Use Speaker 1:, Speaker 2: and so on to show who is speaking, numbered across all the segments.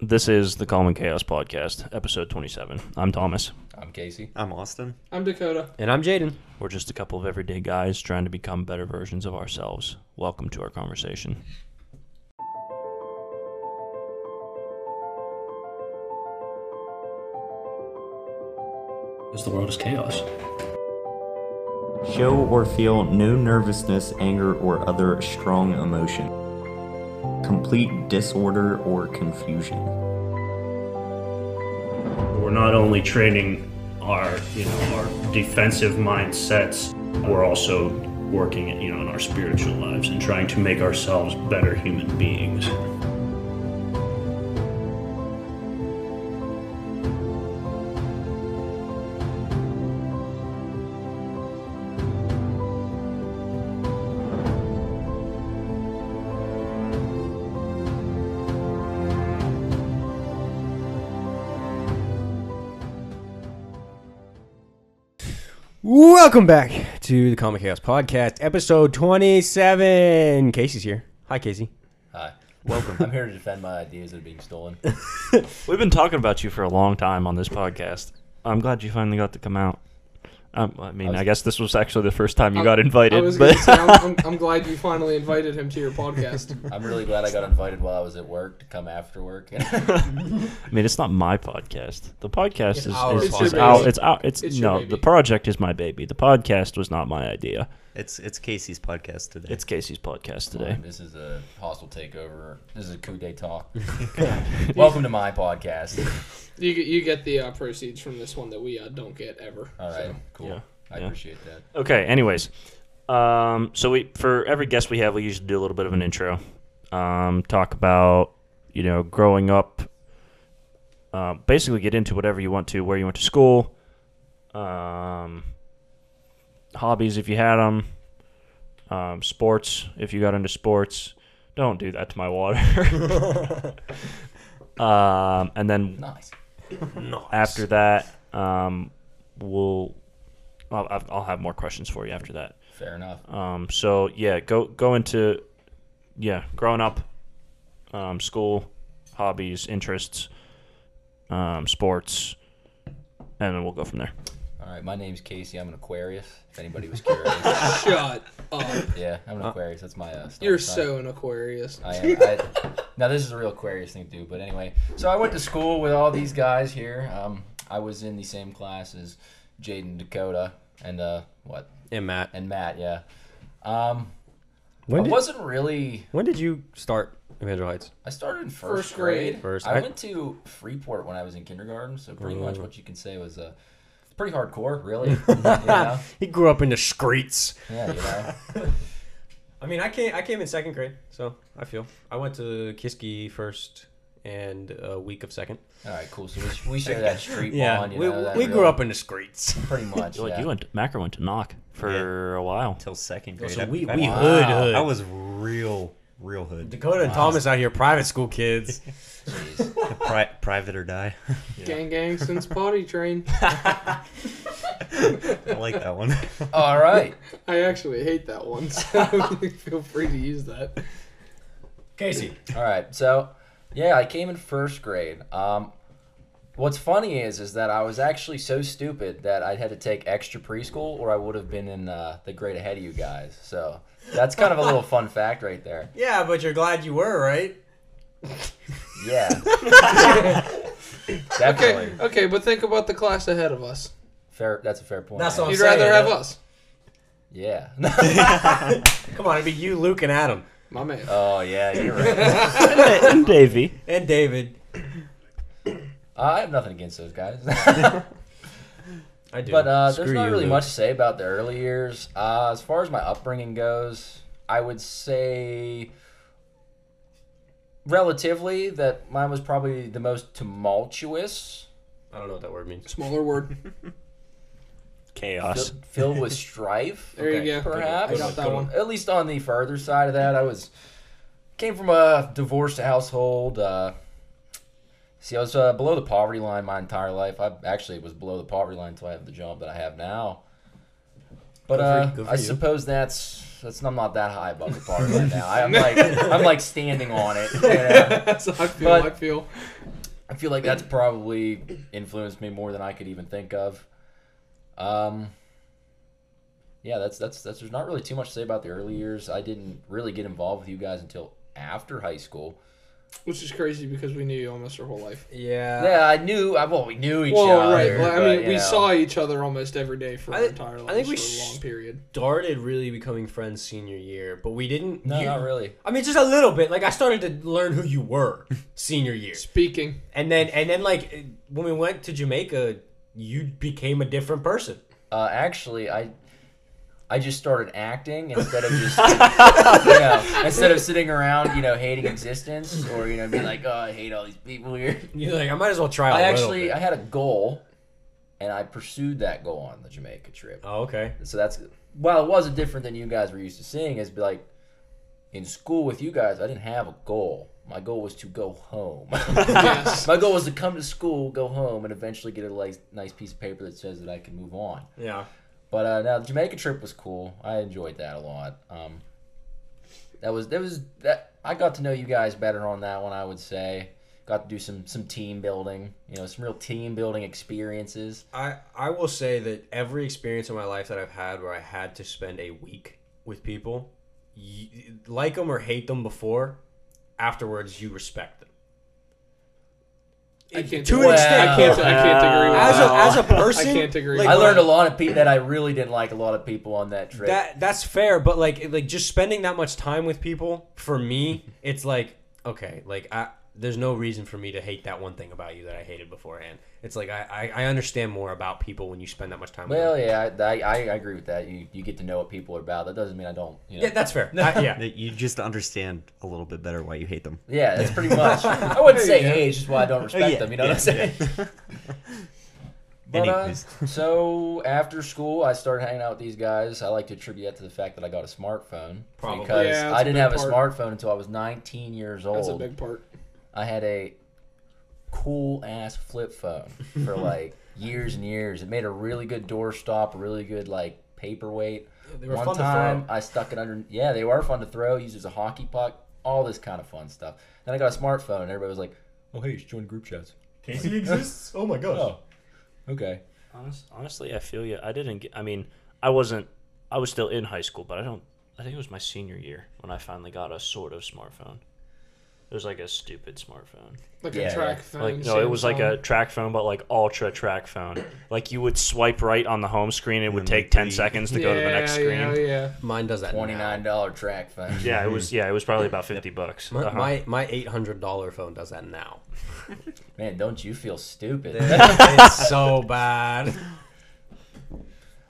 Speaker 1: This is the Common Chaos Podcast, episode 27. I'm Thomas.
Speaker 2: I'm Casey.
Speaker 3: I'm Austin.
Speaker 4: I'm Dakota.
Speaker 5: And I'm Jaden.
Speaker 1: We're just a couple of everyday guys trying to become better versions of ourselves. Welcome to our conversation.
Speaker 6: Because the world is chaos.
Speaker 7: Show or feel no nervousness, anger, or other strong emotion. Complete disorder or confusion.
Speaker 6: We're not only training our, you know, our defensive mindsets, we're also working, you know, on our spiritual lives and trying to make ourselves better human beings.
Speaker 5: Welcome back to the Comic Chaos Podcast, episode 27. Casey's here. Hi, Casey.
Speaker 2: Hi. Welcome. I'm here to defend my ideas that are being stolen.
Speaker 1: We've been talking about you for a long time on this podcast. I'm glad you finally got to come out. Um, I mean, I, guess this was actually the first time you
Speaker 4: I-
Speaker 1: got
Speaker 4: I
Speaker 1: invited,
Speaker 4: was
Speaker 1: but
Speaker 4: gonna say, I'm, I'm, I'm glad you finally invited him to your podcast.
Speaker 2: I'm really glad I got invited while I was at work to come after work. Um,
Speaker 1: I mean, it's not my podcast. The podcast is,
Speaker 2: our
Speaker 1: is,
Speaker 4: podcast.
Speaker 1: is
Speaker 4: It's your
Speaker 1: our,
Speaker 4: baby.
Speaker 1: it's our, it's,
Speaker 4: It's your
Speaker 1: no,
Speaker 4: baby.
Speaker 1: the project is my baby. The podcast was not my idea.
Speaker 3: It's it's Casey's podcast today.
Speaker 1: It's Casey's podcast today.
Speaker 2: this is a hostile takeover. This is a coup d'etat. Welcome to my podcast.
Speaker 4: You get you get the uh, proceeds from this one that we uh, don't get ever.
Speaker 2: All right. cool.
Speaker 1: yeah,
Speaker 2: I
Speaker 1: yeah.
Speaker 2: appreciate that.
Speaker 1: Okay. Anyways, um, so we for every guest we have, we usually do a little bit of an intro, um, talk about you know growing up, uh, basically get into whatever you want to, where you went to school, um, hobbies if you had them, um, sports if you got into sports. Don't do that to my water. um, and then
Speaker 2: Nice.
Speaker 1: after that, um, we'll I'll, I've- I'll have more questions for you after that.
Speaker 2: Fair enough.
Speaker 1: Um, so yeah, go go into yeah, growing up, um, school, hobbies, interests, um, sports, and then we'll go from there.
Speaker 2: All right. My name's Casey. I'm an Aquarius. If anybody was curious.
Speaker 4: Shut up!
Speaker 2: yeah, I'm an Aquarius. That's my uh, star
Speaker 4: You're
Speaker 2: sign.
Speaker 4: so an Aquarius.
Speaker 2: I am. I, now this is a real Aquarius thing to do, but anyway. So I went to school with all these guys here. Um, I was in the same class as Jaden, Dakota, and uh, what?
Speaker 5: And Matt.
Speaker 2: And Matt. Yeah. Um, I
Speaker 5: When did,
Speaker 2: wasn't really.
Speaker 5: when did you start Evangel Heights?
Speaker 2: I started in first,
Speaker 4: First grade.
Speaker 2: grade.
Speaker 5: First- Mm.
Speaker 2: I,
Speaker 5: I-
Speaker 2: went to Freeport when I was in kindergarten, so pretty much what you can say was uh, pretty hardcore, really. you know?
Speaker 5: Ah, He grew up in the streets.
Speaker 2: Yeah, you know.
Speaker 5: I mean, I came, I came in second grade, so I feel. I went to Kiski first and a week of second.
Speaker 2: All right, cool. So we, sh- we share that street bond. You
Speaker 5: we,
Speaker 2: know, that
Speaker 5: we
Speaker 2: real-
Speaker 5: grew up in the streets.
Speaker 2: pretty much.
Speaker 1: Like
Speaker 2: yeah.
Speaker 1: you went, Macker went to knock for a while.
Speaker 3: till second grade.
Speaker 5: So
Speaker 3: I-
Speaker 5: we,
Speaker 3: I,
Speaker 5: we
Speaker 3: was-
Speaker 5: hood,
Speaker 2: Wow.
Speaker 5: hood.
Speaker 3: I was real real hood.
Speaker 5: Dakota and Thomas out here, private school kids.
Speaker 3: Pri- private or die.
Speaker 4: Gang gang since potty train.
Speaker 3: I like that one.
Speaker 2: All right.
Speaker 4: I actually hate that one, so feel free to use that.
Speaker 5: Casey.
Speaker 2: All right, so yeah, I came in first grade. Um, what's funny is, is that I was actually so stupid that I had to take extra preschool, or I would have been in uh, the grade ahead of you guys. So that's kind of a little fun fact right there.
Speaker 5: Yeah, but you're glad you were, right?
Speaker 2: Yeah,
Speaker 4: Okay,
Speaker 2: definitely.
Speaker 4: okay, but think about the class ahead of us.
Speaker 2: Fair. That's a fair point.
Speaker 5: That's what I'm
Speaker 4: You'd rather
Speaker 5: saying,
Speaker 4: have
Speaker 5: yeah.
Speaker 4: us,
Speaker 2: Yeah.
Speaker 5: Come on, it'd be you, Luke, and Adam.
Speaker 4: my man.
Speaker 2: oh yeah, you're right.
Speaker 1: and Davey,
Speaker 5: And David.
Speaker 2: Uh, I have nothing against those guys.
Speaker 5: I do.
Speaker 2: But uh, there's not really much to say about the early years. Uh, as far as my upbringing goes, I would say relatively that mine was probably the most tumultuous,
Speaker 5: I don't know what that word means.
Speaker 4: Smaller word.
Speaker 1: chaos.
Speaker 2: fi- filled with strife.
Speaker 4: There you go.
Speaker 2: Perhaps
Speaker 4: I got that one.
Speaker 2: At least on the further side of that, I was came from a divorced household. Uh, see, I was uh, below the poverty line my entire life. I actually was below the poverty line until I have the job that I have now. But
Speaker 5: Good for-
Speaker 2: uh,
Speaker 5: good for
Speaker 2: I
Speaker 5: you.
Speaker 2: suppose that's that's I'm not that high above the par right now. I'm like I'm like standing on it. you know?
Speaker 4: That's how I feel.
Speaker 2: But-
Speaker 4: I feel.
Speaker 2: I feel like that's probably influenced me more than I could even think of. Um, yeah, that's that's that's. There's not really too much to say about the early years. I didn't really get involved with you guys until after high school.
Speaker 4: Which is crazy because we knew you almost our whole life.
Speaker 5: Yeah.
Speaker 2: yeah, I knew. I well, we knew each
Speaker 4: Well,
Speaker 2: other.
Speaker 4: right. Well, I
Speaker 2: but,
Speaker 4: mean,
Speaker 2: you
Speaker 4: we
Speaker 2: know.
Speaker 4: saw each other almost every day for
Speaker 5: I
Speaker 4: our
Speaker 5: think-
Speaker 4: entire lives
Speaker 5: I think we
Speaker 4: for a
Speaker 5: s-
Speaker 4: long period.
Speaker 5: Started really becoming friends senior year, but we didn't.
Speaker 2: No,
Speaker 5: you-
Speaker 2: not really.
Speaker 5: I mean, just a little bit. Like I started to learn who you were senior year,
Speaker 4: Speaking,
Speaker 5: and then and then like when we went to Jamaica, you became a different person.
Speaker 2: Uh, actually, I I just started acting instead of just you know, instead of sitting around, you know, hating existence or you know, being like, oh, I hate all these people here.
Speaker 5: You're like I might as well try. a
Speaker 2: I
Speaker 5: little
Speaker 2: actually
Speaker 5: bit."
Speaker 2: I had a goal, and I pursued that goal on the Jamaica trip.
Speaker 5: oh okay.
Speaker 2: So that's well, it wasn't different than you guys were used to seeing. Is like in school with you guys, I didn't have a goal. My goal was to go home.
Speaker 4: yes.
Speaker 2: My goal was to come to school, go home, and eventually get a like, nice piece of paper that says that I can move on.
Speaker 5: Yeah.
Speaker 2: But uh, now the Jamaica trip was cool. I enjoyed that a lot. Um, that was that was that I got to know you guys better on that one. I would say got to do some some team building. You know, some real team building experiences.
Speaker 5: I I will say that every experience in my life that I've had where I had to spend a week with people, y like them or hate them before, afterwards you respect them.
Speaker 4: I can't.
Speaker 5: To an
Speaker 4: agree-
Speaker 5: extent.
Speaker 4: I can't. I can't agree with
Speaker 5: As
Speaker 4: that.
Speaker 5: a as a person,
Speaker 4: can't agree.
Speaker 5: like,
Speaker 2: I learned a lot of people that I really didn't like. A lot of people on that trip.
Speaker 5: That that's fair, but like like just spending that much time with people for me, it's like okay, like I there's no reason for me to hate that one thing about you that I hated beforehand. It's like I I, I understand more about people when you spend that much time. with
Speaker 2: well,
Speaker 5: them.
Speaker 2: yeah, I, I, I agree with that. You you get to know what people are about. That doesn't mean I don't. You know.
Speaker 5: yeah, that's fair. I- yeah,
Speaker 3: That You just understand a little bit better why you hate them.
Speaker 2: Yeah, that's pretty much. I wouldn't say hey, it's just why I don't respect
Speaker 3: yeah,
Speaker 2: them. You know what I'm saying? But, uh,
Speaker 3: Anyways,
Speaker 2: so after school, I started hanging out with these guys. I like to attribute that to the fact that I got a smartphone
Speaker 5: Probably.
Speaker 2: because
Speaker 4: Yeah, that's
Speaker 2: I
Speaker 4: a
Speaker 2: didn't
Speaker 4: big
Speaker 2: have a
Speaker 4: part.
Speaker 2: smartphone until I was 19 years old.
Speaker 4: That's a big part.
Speaker 2: I had a cool ass flip phone for like years and years. It made a really good doorstop, a really good like paperweight.
Speaker 5: they were
Speaker 2: One
Speaker 5: fun to throw.
Speaker 2: time I stuck it under. Yeah, they were fun to throw. Used as a hockey puck. All this kind of fun stuff. Then I got a smartphone. And everybody was like, "Oh hey, you should join group chats."
Speaker 6: Casey exists?
Speaker 5: Oh my gosh.
Speaker 2: Oh, okay.
Speaker 1: Honest, honestly, I feel you. I didn't. Get, I mean, I wasn't. I was still in high school, but I don't. I think it was my senior year when I finally got a sort of smartphone. It was like a stupid smartphone.
Speaker 4: Like
Speaker 2: Yeah,
Speaker 4: a track
Speaker 2: yeah.
Speaker 4: phone.
Speaker 1: Like no, it was like a
Speaker 4: Samsung.
Speaker 1: track phone, but like ultra track phone. Like you would swipe right on the home screen, it would
Speaker 3: And
Speaker 1: take
Speaker 3: then
Speaker 1: ten
Speaker 3: delete.
Speaker 1: seconds to go to the next
Speaker 4: Yeah,
Speaker 1: screen.
Speaker 4: Yeah, yeah.
Speaker 5: Mine does that. now.
Speaker 2: Twenty nine dollar track phone.
Speaker 1: Yeah, it was. Yeah, it was probably about fifty bucks.
Speaker 5: My,
Speaker 1: Uh-huh.
Speaker 5: my my eight hundred dollar phone does that now.
Speaker 2: Man, don't you feel stupid?
Speaker 5: it's so bad.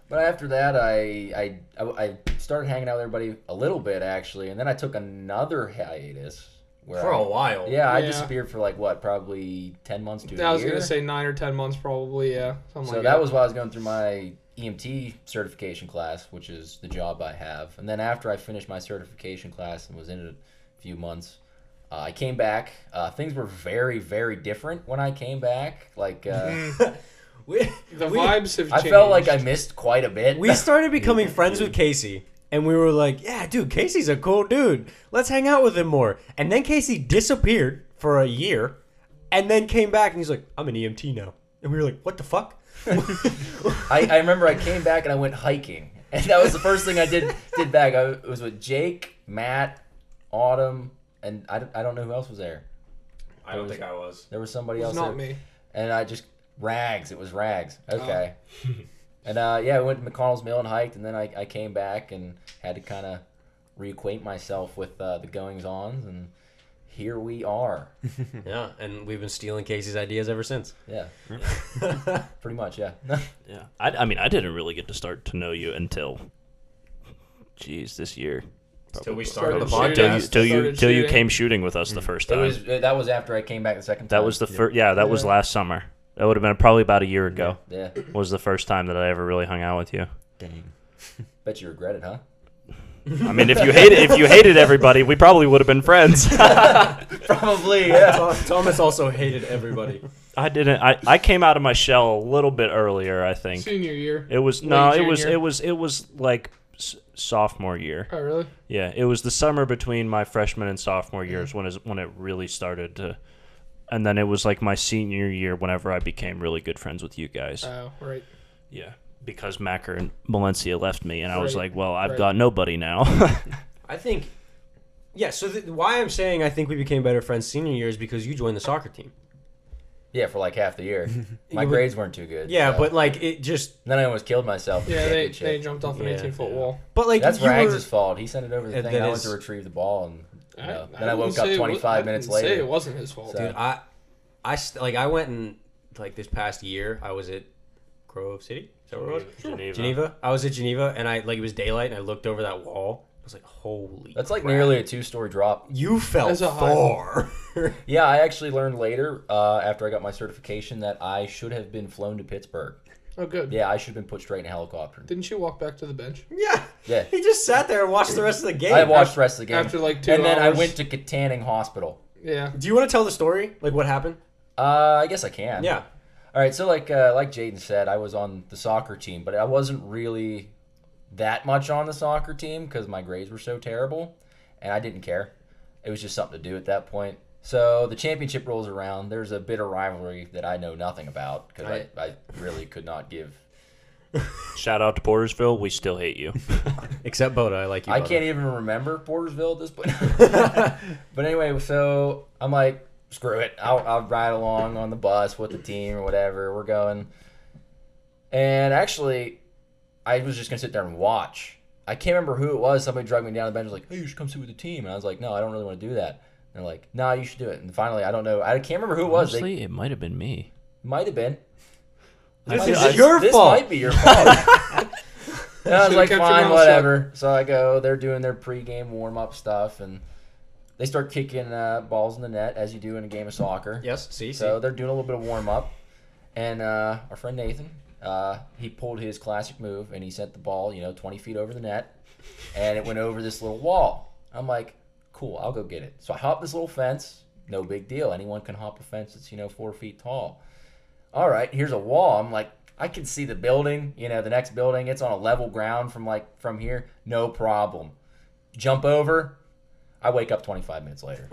Speaker 2: But after that, I, I I I started hanging out with everybody a little bit actually, and then I took another hiatus where
Speaker 5: For
Speaker 2: I-
Speaker 5: a while.
Speaker 2: Yeah, I
Speaker 4: Yeah.
Speaker 2: disappeared for like what, probably ten months to a
Speaker 4: I was
Speaker 2: year.
Speaker 4: gonna say nine or ten months, probably. Yeah. Something
Speaker 2: so
Speaker 4: like
Speaker 2: that was why I was going through my EMT certification class, which is the job I have. And then after I finished my certification class and was in it a few months, uh, I came back. Uh, things were very very different when I came back. Like uh,
Speaker 5: Mm-hmm. We,
Speaker 4: The
Speaker 5: we,
Speaker 4: vibes have
Speaker 2: I
Speaker 4: changed.
Speaker 2: felt like I missed quite a bit.
Speaker 5: we started becoming friends with Casey, and we were like, yeah, dude, Casey's a cool dude. Let's hang out with him more. And then Casey disappeared for a year, and then came back, and he's like, I'm an EMT now. And we were like, what the fuck?
Speaker 2: I, I remember I came back and I went hiking, and that was the first thing I did did back. I was with Jake, Matt, Autumn, and I, don't- I don't know who else was there.
Speaker 5: I don't think I was.
Speaker 2: There was somebody
Speaker 4: It's
Speaker 2: else.
Speaker 4: not
Speaker 2: there.
Speaker 4: me.
Speaker 2: And I just rags. It was rags.
Speaker 4: Oh.
Speaker 2: Okay. and uh, yeah, I went to McConnell's Mill and hiked, and then I, I came back and had to kind of reacquaint myself with uh, the goings ons, and here we are.
Speaker 5: Hmm. Yeah, and we've been stealing Casey's ideas ever since.
Speaker 2: Yeah. Pretty much. Yeah.
Speaker 1: yeah, I, I mean, I didn't really get to start to know you until, geez, this year.
Speaker 5: Till we
Speaker 4: started the
Speaker 1: Probably. Till you,
Speaker 4: podcast.
Speaker 1: till you,
Speaker 4: Started
Speaker 1: till you
Speaker 4: shooting.
Speaker 1: came shooting with us the first
Speaker 2: it
Speaker 1: time.
Speaker 2: was uh, that was after I came back the second time.
Speaker 1: That was the first. Yeah, that was last summer. That would have been probably about a year ago.
Speaker 2: yeah.
Speaker 1: Was the first time that I ever really hung out with you.
Speaker 3: dang.
Speaker 2: Bet you regret it, huh?
Speaker 1: I mean, if you hated if you hated everybody, we probably would have been friends.
Speaker 2: Probably, yeah.
Speaker 5: Tho- Thomas also hated everybody.
Speaker 1: I didn't. I, I came out of my shell a little bit earlier. I think
Speaker 4: Senior year.
Speaker 1: it was
Speaker 4: Late
Speaker 1: no, it was
Speaker 4: junior.
Speaker 1: it was it was like s- sophomore year.
Speaker 4: Oh, really?
Speaker 1: Yeah, it was the summer between my freshman and
Speaker 4: Mm-hmm.
Speaker 1: sophomore years when is when it really started to, and then it was like my senior year whenever I became really good friends with you guys.
Speaker 4: Oh, right.
Speaker 1: yeah, because Macker and Valencia left me, and I was
Speaker 4: Right,
Speaker 1: like, well, I've
Speaker 4: right.
Speaker 1: got nobody now.
Speaker 5: I think, yeah. So the, why I'm saying I think we became better friends senior year is because you joined the soccer team.
Speaker 2: Yeah, for like half the year. My
Speaker 5: Yeah, but-
Speaker 2: grades weren't too good.
Speaker 5: Yeah,
Speaker 2: so-
Speaker 5: but like it just,
Speaker 2: then I almost killed myself. in the
Speaker 4: Yeah, they,
Speaker 2: championship.
Speaker 4: they jumped off an
Speaker 5: Yeah,
Speaker 4: 18 foot
Speaker 5: yeah.
Speaker 4: wall.
Speaker 5: but like
Speaker 2: That's
Speaker 5: you
Speaker 2: Rags'
Speaker 5: were,
Speaker 2: fault. He sent it over the
Speaker 5: Yeah,
Speaker 2: thing.
Speaker 5: that
Speaker 2: I went
Speaker 5: is-
Speaker 2: to retrieve the ball, and you know, then I,
Speaker 4: wouldn't
Speaker 2: woke up
Speaker 4: say it wa-
Speaker 2: 25
Speaker 4: I
Speaker 2: minutes
Speaker 4: wouldn't
Speaker 2: later.
Speaker 4: Say it wasn't his fault.
Speaker 2: So-
Speaker 5: dude. I, I st- like I went and like this past year I was at Grove City. Is that where it was?
Speaker 1: Geneva.
Speaker 5: Geneva. I was at Geneva, and I like it was daylight, and I looked over that wall. I was like, holy.
Speaker 2: That's like
Speaker 5: crap.
Speaker 2: nearly a two-story drop.
Speaker 5: You fell
Speaker 4: That's a high-
Speaker 5: far.
Speaker 2: Yeah, I actually learned later uh, after I got my certification that I should have been flown to Pittsburgh.
Speaker 4: Oh, good.
Speaker 2: Yeah, I should have been put straight in a helicopter.
Speaker 4: Didn't you walk back to the bench?
Speaker 5: yeah.
Speaker 2: Yeah.
Speaker 5: He just sat there and watched the rest of the game.
Speaker 2: I watched the rest of the game.
Speaker 4: after, like, two
Speaker 2: And then
Speaker 4: hours.
Speaker 2: I went to Katanning Hospital.
Speaker 4: Yeah.
Speaker 5: Do you want to tell the story? Like what happened?
Speaker 2: Uh, I guess I can.
Speaker 5: Yeah.
Speaker 2: All right, so like uh, like Jaden said, I was on the soccer team, but I wasn't really that much on the soccer team because my grades were so terrible, and I didn't care. It was just something to do at that point. So the championship rolls around. There's a bitter rivalry that I know nothing about because I, I really could not give.
Speaker 1: Shout out to Portersville. We still hate you.
Speaker 5: Except Boda, I like you.
Speaker 2: I
Speaker 5: Boda.
Speaker 2: can't even remember Portersville at this point. but anyway, so I'm like, screw it. I'll, I'll ride along on the bus with the team or whatever. We're going. And actually, I was just going to sit there and watch. I can't remember who it was. Somebody dragged me down to the bench and was like, hey, you should come sit with the team. And I was like, no, I don't really want to do that. And they're like, nah, you should do it. And finally, I don't know. I can't remember who it was. They
Speaker 1: Honestly, it might have been me.
Speaker 2: might have been.
Speaker 5: This
Speaker 2: I
Speaker 5: is
Speaker 2: was-
Speaker 5: your
Speaker 2: this
Speaker 5: fault.
Speaker 2: might be your fault. and I was
Speaker 4: Should've
Speaker 2: like,
Speaker 4: kept your
Speaker 2: fine,
Speaker 4: mouth
Speaker 2: whatever. So I go. They're doing their pregame warm up stuff, and they start kicking uh, balls in the net as you do in a game of soccer.
Speaker 5: Yes. See.
Speaker 2: So they're doing a little bit of warm up, and uh, our friend Nathan, uh, he pulled his classic move and he sent the ball, you know, 20 feet over the net, and it went over this little wall. I'm like, cool, I'll go get it. So I hop this little fence. No big deal. Anyone can hop a fence that's you know four feet tall. All right, here's a wall. I'm like, I can see the building. You know, the next building. It's on a level ground from like from here. No problem. Jump over. I wake up 25 minutes later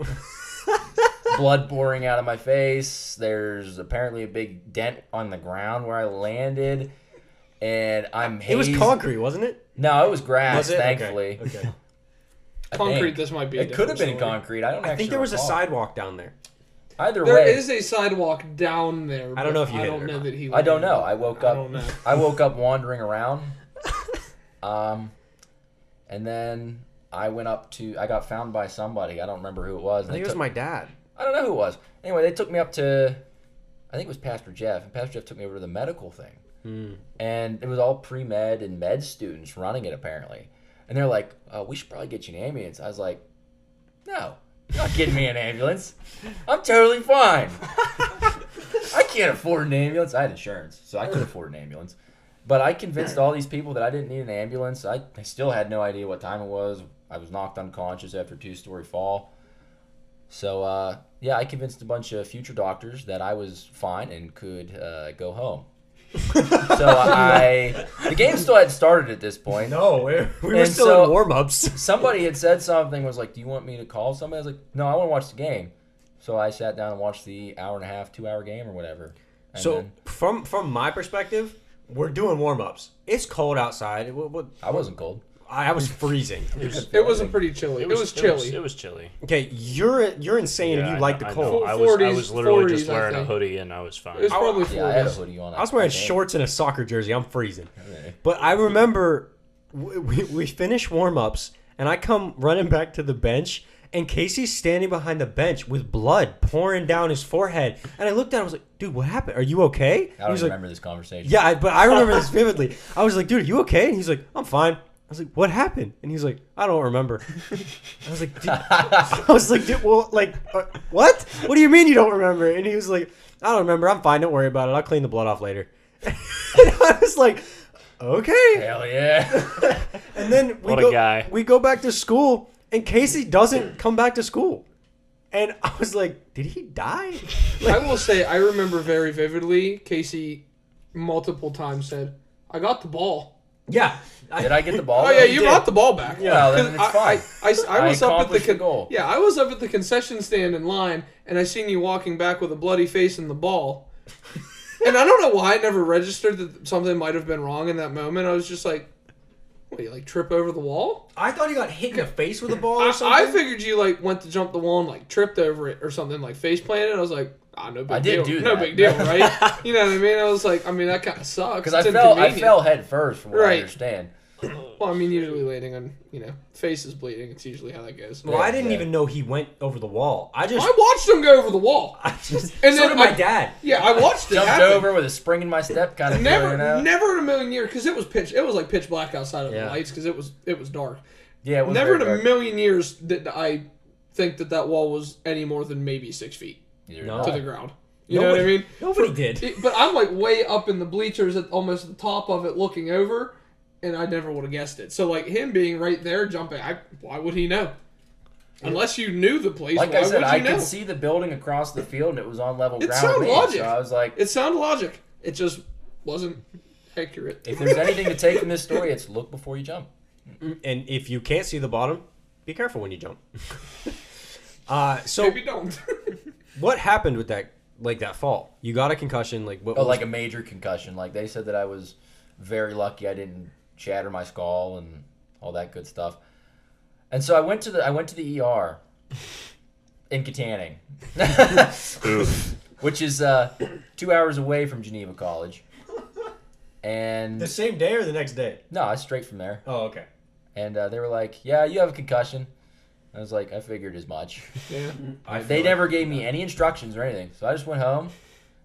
Speaker 2: blood pouring out of my face. There's apparently a big dent on the ground where I landed, and I'm
Speaker 5: It was
Speaker 2: hazed-
Speaker 5: concrete, wasn't it?
Speaker 2: No, it was grass.
Speaker 5: Was it? Okay,
Speaker 2: Thankfully,
Speaker 5: Okay.
Speaker 2: I think.
Speaker 4: Concrete, this might be a
Speaker 2: It could have been
Speaker 4: different story.
Speaker 2: concrete. I don't.
Speaker 5: I think there was a sidewalk down there.
Speaker 2: Either
Speaker 4: There
Speaker 2: way,
Speaker 4: is a sidewalk down there.
Speaker 5: I don't know
Speaker 4: but
Speaker 5: if you
Speaker 4: I
Speaker 5: hit it
Speaker 4: don't
Speaker 5: or
Speaker 4: know
Speaker 5: not.
Speaker 4: that he.
Speaker 2: I don't know. I woke
Speaker 4: I
Speaker 2: up.
Speaker 4: don't know.
Speaker 2: I woke up wandering around, um, and then I went up to. I got found by somebody. I don't remember who it was. and
Speaker 5: I
Speaker 2: they
Speaker 5: think it was
Speaker 2: took-
Speaker 5: my dad.
Speaker 2: I don't know who it was. Anyway, they took me up to, I think it was Pastor Jeff, and Pastor Jeff took me over to the medical thing, and it was all pre med and med students running it apparently, and they're like, uh, "We should probably get you an ambulance." I was like, "No, you're not getting me an ambulance. I'm totally fine. I can't afford an ambulance. I had insurance, so I could afford an ambulance." But I convinced all these people that I didn't need an ambulance. I, I still had no idea what time it was. I was knocked unconscious after two story fall. So uh, yeah, I convinced a bunch of future doctors that I was fine and could uh, go home. so I, the game still hadn't started at this point.
Speaker 5: No, we Oh, we were
Speaker 2: And
Speaker 5: still
Speaker 2: so-
Speaker 5: in warm ups.
Speaker 2: Somebody had said something was like, "Do you want me to call somebody?" I was like, "No, I want to watch the game." So I sat down and watched the hour and a half, two hour game or whatever. And
Speaker 5: So
Speaker 2: then-
Speaker 5: from from my perspective, we're doing warm ups. It's cold outside. It, wa- wa-
Speaker 2: I wasn't cold.
Speaker 5: I I was freezing.
Speaker 4: It wasn't pretty chilly. It was, chilly.
Speaker 1: It was chilly.
Speaker 5: Okay, you're you're insane if you
Speaker 1: I
Speaker 5: like
Speaker 1: know-
Speaker 5: the
Speaker 1: I know.
Speaker 5: cold.
Speaker 1: I
Speaker 5: I,
Speaker 1: was, I
Speaker 4: 40s,
Speaker 1: was literally just
Speaker 4: 40s, I
Speaker 1: wearing a
Speaker 4: think.
Speaker 1: hoodie and I was fine.
Speaker 4: It was probably
Speaker 2: Yeah, I had a
Speaker 4: 40s.
Speaker 2: hoodie on.
Speaker 5: was
Speaker 2: that
Speaker 5: wearing
Speaker 2: game.
Speaker 5: shorts and a soccer jersey. I'm freezing. But I remember we, we, we finish warm ups, and I come running back to the bench, and Casey's standing behind the bench with blood pouring down his forehead. And I looked at him, I was like, dude, what happened? Are you okay?
Speaker 2: I
Speaker 5: he
Speaker 2: don't
Speaker 5: was
Speaker 2: remember
Speaker 5: like,
Speaker 2: this conversation.
Speaker 5: yeah, I, but I remember this vividly. I was like, dude, are you okay? And he's like, I'm fine. I was like, what happened? And he's like, I don't remember. I was like, dude, I was like, dude, well, like, uh, what? What do you mean you don't remember? And he was like, I don't remember. I'm fine. Don't worry about it. I'll clean the blood off later. and I was like, okay.
Speaker 2: Hell yeah.
Speaker 5: And then we
Speaker 1: What a
Speaker 5: go,
Speaker 1: guy.
Speaker 5: we go back to school, and Casey doesn't come back to school. And I was like, did he die?
Speaker 4: I
Speaker 5: Like,
Speaker 4: will say, I remember very vividly. Casey multiple times said, "I got the ball."
Speaker 5: yeah.
Speaker 2: Did I get the ball?
Speaker 4: Oh yeah, you
Speaker 5: did.
Speaker 4: brought the ball back.
Speaker 2: Yeah, then
Speaker 4: 'Cause
Speaker 2: it's fine.
Speaker 4: I, I, I,
Speaker 2: I
Speaker 4: was up at the,
Speaker 2: accomplished the
Speaker 4: con-
Speaker 2: goal.
Speaker 4: Yeah, I was up at the concession stand in line, and I seen you walking back with a bloody face and the ball. and I don't know why I never registered that something might have been wrong in that moment. I was just like, "What? You like trip over the wall?"
Speaker 5: I thought he got hit in the face with a ball
Speaker 4: I,
Speaker 5: or
Speaker 4: I
Speaker 5: something.
Speaker 4: figured you like went to jump the wall and like tripped over it or something, like face planted. I was like. Ah, no big
Speaker 2: I did
Speaker 4: deal.
Speaker 2: do
Speaker 4: No
Speaker 2: that.
Speaker 4: big deal, right? you know what I mean? I was like, I mean, that kind of sucks.
Speaker 2: Because I
Speaker 4: It's
Speaker 2: fell, I
Speaker 4: inconvenient.
Speaker 2: fell head first, from what I
Speaker 4: Right.
Speaker 2: understand.
Speaker 4: Well, I mean, usually landing on you know face is bleeding. It's usually how that goes.
Speaker 5: well, I didn't
Speaker 2: Yeah.
Speaker 5: even know he went over the wall. I just,
Speaker 4: I watched him go over the wall.
Speaker 5: I just,
Speaker 4: And
Speaker 5: so
Speaker 4: then
Speaker 5: did my
Speaker 4: I-
Speaker 5: dad.
Speaker 4: Yeah, I watched it
Speaker 2: Jumped
Speaker 4: happen.
Speaker 2: over with a spring in my step, kind of
Speaker 4: Never,
Speaker 2: feeling out.
Speaker 4: never in a million years, because it was pitch. It was like pitch black outside of the
Speaker 5: Yeah.
Speaker 4: lights, because it was it was dark.
Speaker 2: yeah, it was
Speaker 4: Never
Speaker 2: very
Speaker 4: in a
Speaker 2: dark.
Speaker 4: million years did I think that that wall was any more than maybe six feet
Speaker 2: You're
Speaker 5: No.
Speaker 2: not.
Speaker 4: to the ground. You know what I
Speaker 5: Nobody-
Speaker 4: mean?
Speaker 5: Nobody did.
Speaker 4: It- but I'm like way up in the bleachers at almost the top of it, looking over, and I never would have guessed it. So like him being right there jumping, I, why would he know? Unless you knew the place,
Speaker 2: Like
Speaker 4: why
Speaker 2: I said,
Speaker 4: would you
Speaker 2: I
Speaker 4: know?
Speaker 2: could see the building across the field, and it was on level
Speaker 4: It's
Speaker 2: ground. with
Speaker 4: sound
Speaker 2: me,
Speaker 4: logic.
Speaker 2: So I was like,
Speaker 4: It sounded logic. It just wasn't accurate.
Speaker 2: if there's anything to take from this story, it's look before you jump.
Speaker 5: And if you can't see the bottom, be careful when you jump. uh, so
Speaker 4: Maybe don't.
Speaker 5: what happened with that, like that fall? You got a concussion. Like what?
Speaker 2: Oh,
Speaker 5: was-
Speaker 2: like a major concussion. Like they said that I was very lucky I didn't shatter my skull and all that good stuff. And so I went to the I went to the ER in Katanning, which is uh, two hours away from Geneva College.
Speaker 5: the
Speaker 2: And
Speaker 5: same day or the next day?
Speaker 2: no, I was straight from there.
Speaker 5: Oh, okay.
Speaker 2: And uh, they were like, "Yeah, you have a concussion." I was like, "I figured as much."
Speaker 4: yeah.
Speaker 5: I
Speaker 2: They
Speaker 5: feel
Speaker 2: never gave me any instructions or anything, so I just went home.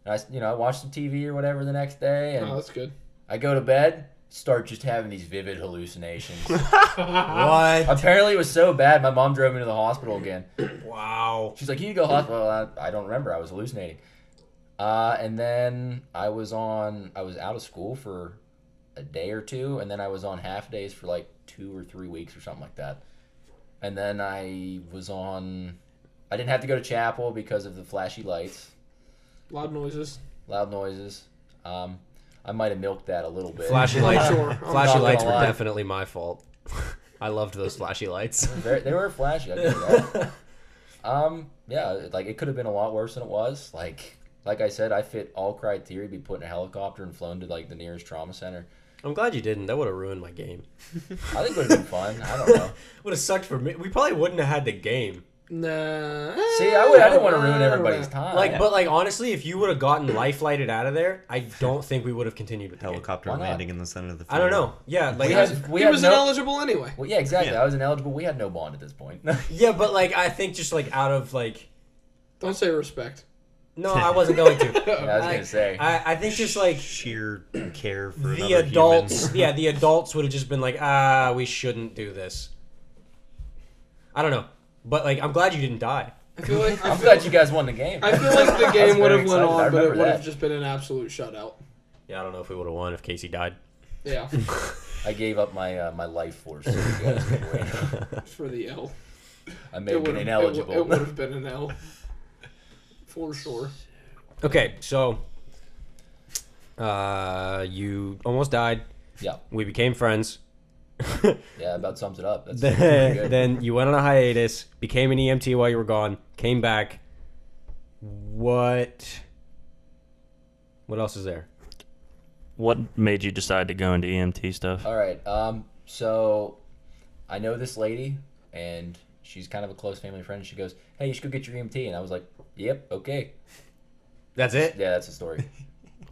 Speaker 2: And I, s- you know, I watched some TV or whatever the next day, and
Speaker 4: Oh,
Speaker 5: Uh-huh.
Speaker 4: that's good.
Speaker 2: I go to bed, start just having these vivid hallucinations.
Speaker 5: like, what?
Speaker 2: Apparently, it was so bad, my mom drove me to the hospital again.
Speaker 5: Wow.
Speaker 2: She's like, "You need to go to hospital." I, I don't remember. I was hallucinating. Uh, and then I was on. I was out of school for a day or two, and then I was on half days for like two or three weeks or something like that. And then I was on. I didn't have to go to chapel because of the flashy lights,
Speaker 4: Loud noises.
Speaker 2: loud noises. Um, I might have milked that a little bit.
Speaker 5: Flashy lights.
Speaker 4: Sure.
Speaker 2: not
Speaker 5: Flashy
Speaker 2: gonna
Speaker 5: lights were
Speaker 2: lie.
Speaker 5: definitely my fault. I loved those flashy lights.
Speaker 2: They, they were flashy. I give you that. um, yeah, like it could have been a lot worse than it was. Like, like I said, I fit all criteria to be put in a helicopter and flown to like the nearest trauma center.
Speaker 5: I'm glad you didn't. That would have ruined my game.
Speaker 2: I think it would have been fun. I don't know.
Speaker 5: Would have sucked for me. We probably wouldn't have had the game.
Speaker 4: Nah.
Speaker 2: See, I would. I didn't want to ruin everybody's time.
Speaker 5: Like, but like honestly, if you would have gotten life lighted out of there, I don't think we would have continued with the game.
Speaker 3: Helicopter
Speaker 2: Why not?
Speaker 3: landing in the center of the
Speaker 5: I
Speaker 3: field.
Speaker 5: don't know. Yeah, like
Speaker 2: we
Speaker 5: I-
Speaker 2: had we
Speaker 4: he
Speaker 2: had
Speaker 4: was
Speaker 2: no.
Speaker 4: ineligible anyway.
Speaker 2: well, yeah, exactly.
Speaker 3: Yeah.
Speaker 2: I was ineligible. We had no bond at this point.
Speaker 5: yeah, but like I think just like out of like
Speaker 4: Don't say respect.
Speaker 5: no, I wasn't going to.
Speaker 2: I was gonna say.
Speaker 5: I, I think just like
Speaker 3: Sheer care for
Speaker 5: the
Speaker 3: another
Speaker 5: adults,
Speaker 3: human.
Speaker 5: yeah, the adults would have just been like, ah, we shouldn't do this. I don't know, but like I'm glad you didn't die.
Speaker 4: I feel like I
Speaker 2: I'm
Speaker 4: feel,
Speaker 2: glad you guys won the game.
Speaker 4: I feel like the
Speaker 2: was
Speaker 4: game would
Speaker 2: very
Speaker 4: have went
Speaker 2: excited. I
Speaker 4: on, but it
Speaker 2: remember
Speaker 4: would have
Speaker 2: that.
Speaker 4: just been an absolute shutout.
Speaker 5: Yeah, I don't know if we would have won if Casey died.
Speaker 4: Yeah.
Speaker 2: I gave up my uh, my life force. so you guys could win.
Speaker 4: For the L.
Speaker 2: I may have been
Speaker 4: would've- it wou-
Speaker 2: ineligible.
Speaker 4: It would have been an L. For sure.
Speaker 5: Okay, so uh, you almost died.
Speaker 2: yeah,
Speaker 5: We became friends.
Speaker 2: yeah, about sums it up. That's pretty
Speaker 5: then,
Speaker 2: good.
Speaker 5: then you went on a hiatus, became an EMT while you were gone, came back. What? What else is there?
Speaker 1: What made you decide to go into EMT stuff?
Speaker 2: All right. Um, so I know this lady, and she's kind of a close family friend. She goes, "Hey, you should go get your EMT," and I was like, "Yep, okay."
Speaker 5: That's it.
Speaker 2: Yeah, that's the story.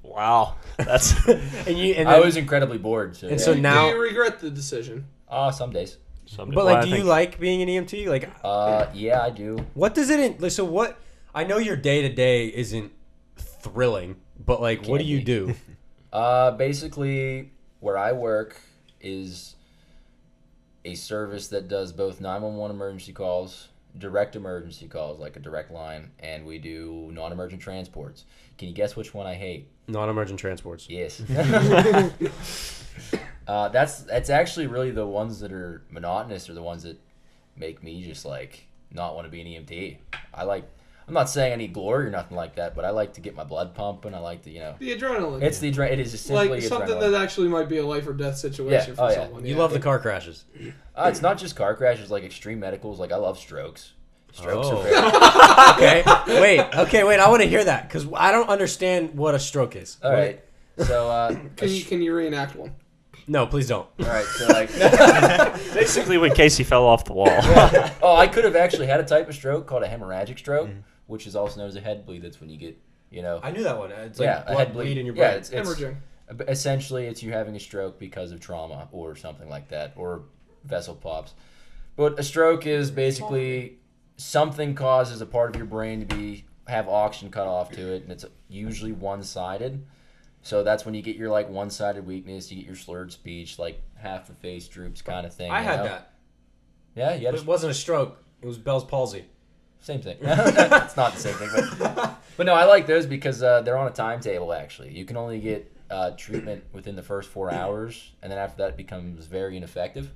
Speaker 1: Wow, that's
Speaker 5: And you and,
Speaker 2: I
Speaker 5: then,
Speaker 2: was incredibly bored. So,
Speaker 5: and
Speaker 2: yeah.
Speaker 5: so
Speaker 4: Do you
Speaker 5: now,
Speaker 4: regret the decision?
Speaker 2: Ah, some days.
Speaker 1: Someday-
Speaker 5: but
Speaker 1: well, I
Speaker 5: like, do you
Speaker 1: think-
Speaker 5: like being an EMT? Like,
Speaker 2: Uh, yeah, I do.
Speaker 5: what does it? In, like, so what? I know your day to day isn't thrilling, but like, what do
Speaker 2: Can
Speaker 5: you
Speaker 2: be.
Speaker 5: do?
Speaker 2: Uh, basically, where I work is a service that does both 911 emergency calls direct emergency calls, like a direct line, and we do non emergent transports. Can you guess which one I hate?
Speaker 5: Non-emergent transports.
Speaker 2: Yes. uh, that's that's actually really the ones that are monotonous are the ones that make me just like not want to be an EMT. I like. I'm not saying I need glory or nothing like that, but I like to get my blood pumping. I like to, you know,
Speaker 4: The adrenaline.
Speaker 2: it's the adre- it is just simply
Speaker 4: like something
Speaker 2: adrenaline.
Speaker 4: that actually might be a life or death situation
Speaker 2: Yeah,
Speaker 4: for
Speaker 2: oh, yeah.
Speaker 4: someone.
Speaker 5: You love the car crashes.
Speaker 2: Uh, it's not just car crashes, like extreme medicals. Like I love strokes. Strokes
Speaker 5: Oh.
Speaker 2: are very.
Speaker 5: Okay. wait. Okay. Wait. I want to hear that because I don't understand what a stroke is.
Speaker 2: All
Speaker 5: What-
Speaker 2: right. So, uh,
Speaker 4: Can you can you reenact one?
Speaker 5: No, please don't.
Speaker 2: all right. So like,
Speaker 1: Basically, when Casey fell off the wall.
Speaker 2: oh, I could have actually had a type of stroke called a hemorrhagic stroke, which is also known as a head bleed. That's when you get, you know,
Speaker 5: I knew that one. It's like
Speaker 2: yeah, a
Speaker 5: blood
Speaker 2: head
Speaker 5: bleed in your
Speaker 2: Yeah,
Speaker 5: brain.
Speaker 2: it's, it's
Speaker 4: Hemorrhaging.
Speaker 2: essentially it's you having a stroke because of trauma or something like that or vessel pops. But a stroke is basically something causes a part of your brain to be have oxygen cut off to it, and it's usually one sided. So that's when you get your like one sided weakness, you get your slurred speech, like half the face droops kind of thing.
Speaker 5: I
Speaker 2: you
Speaker 5: had
Speaker 2: know?
Speaker 5: that.
Speaker 2: Yeah, you had
Speaker 5: But
Speaker 2: a
Speaker 5: it wasn't a stroke. It was Bell's palsy.
Speaker 2: Same thing. it's not the same thing, but but no, I like those because uh, they're on a timetable. Actually, you can only get uh, treatment within the first four hours, and then after that, it becomes very ineffective.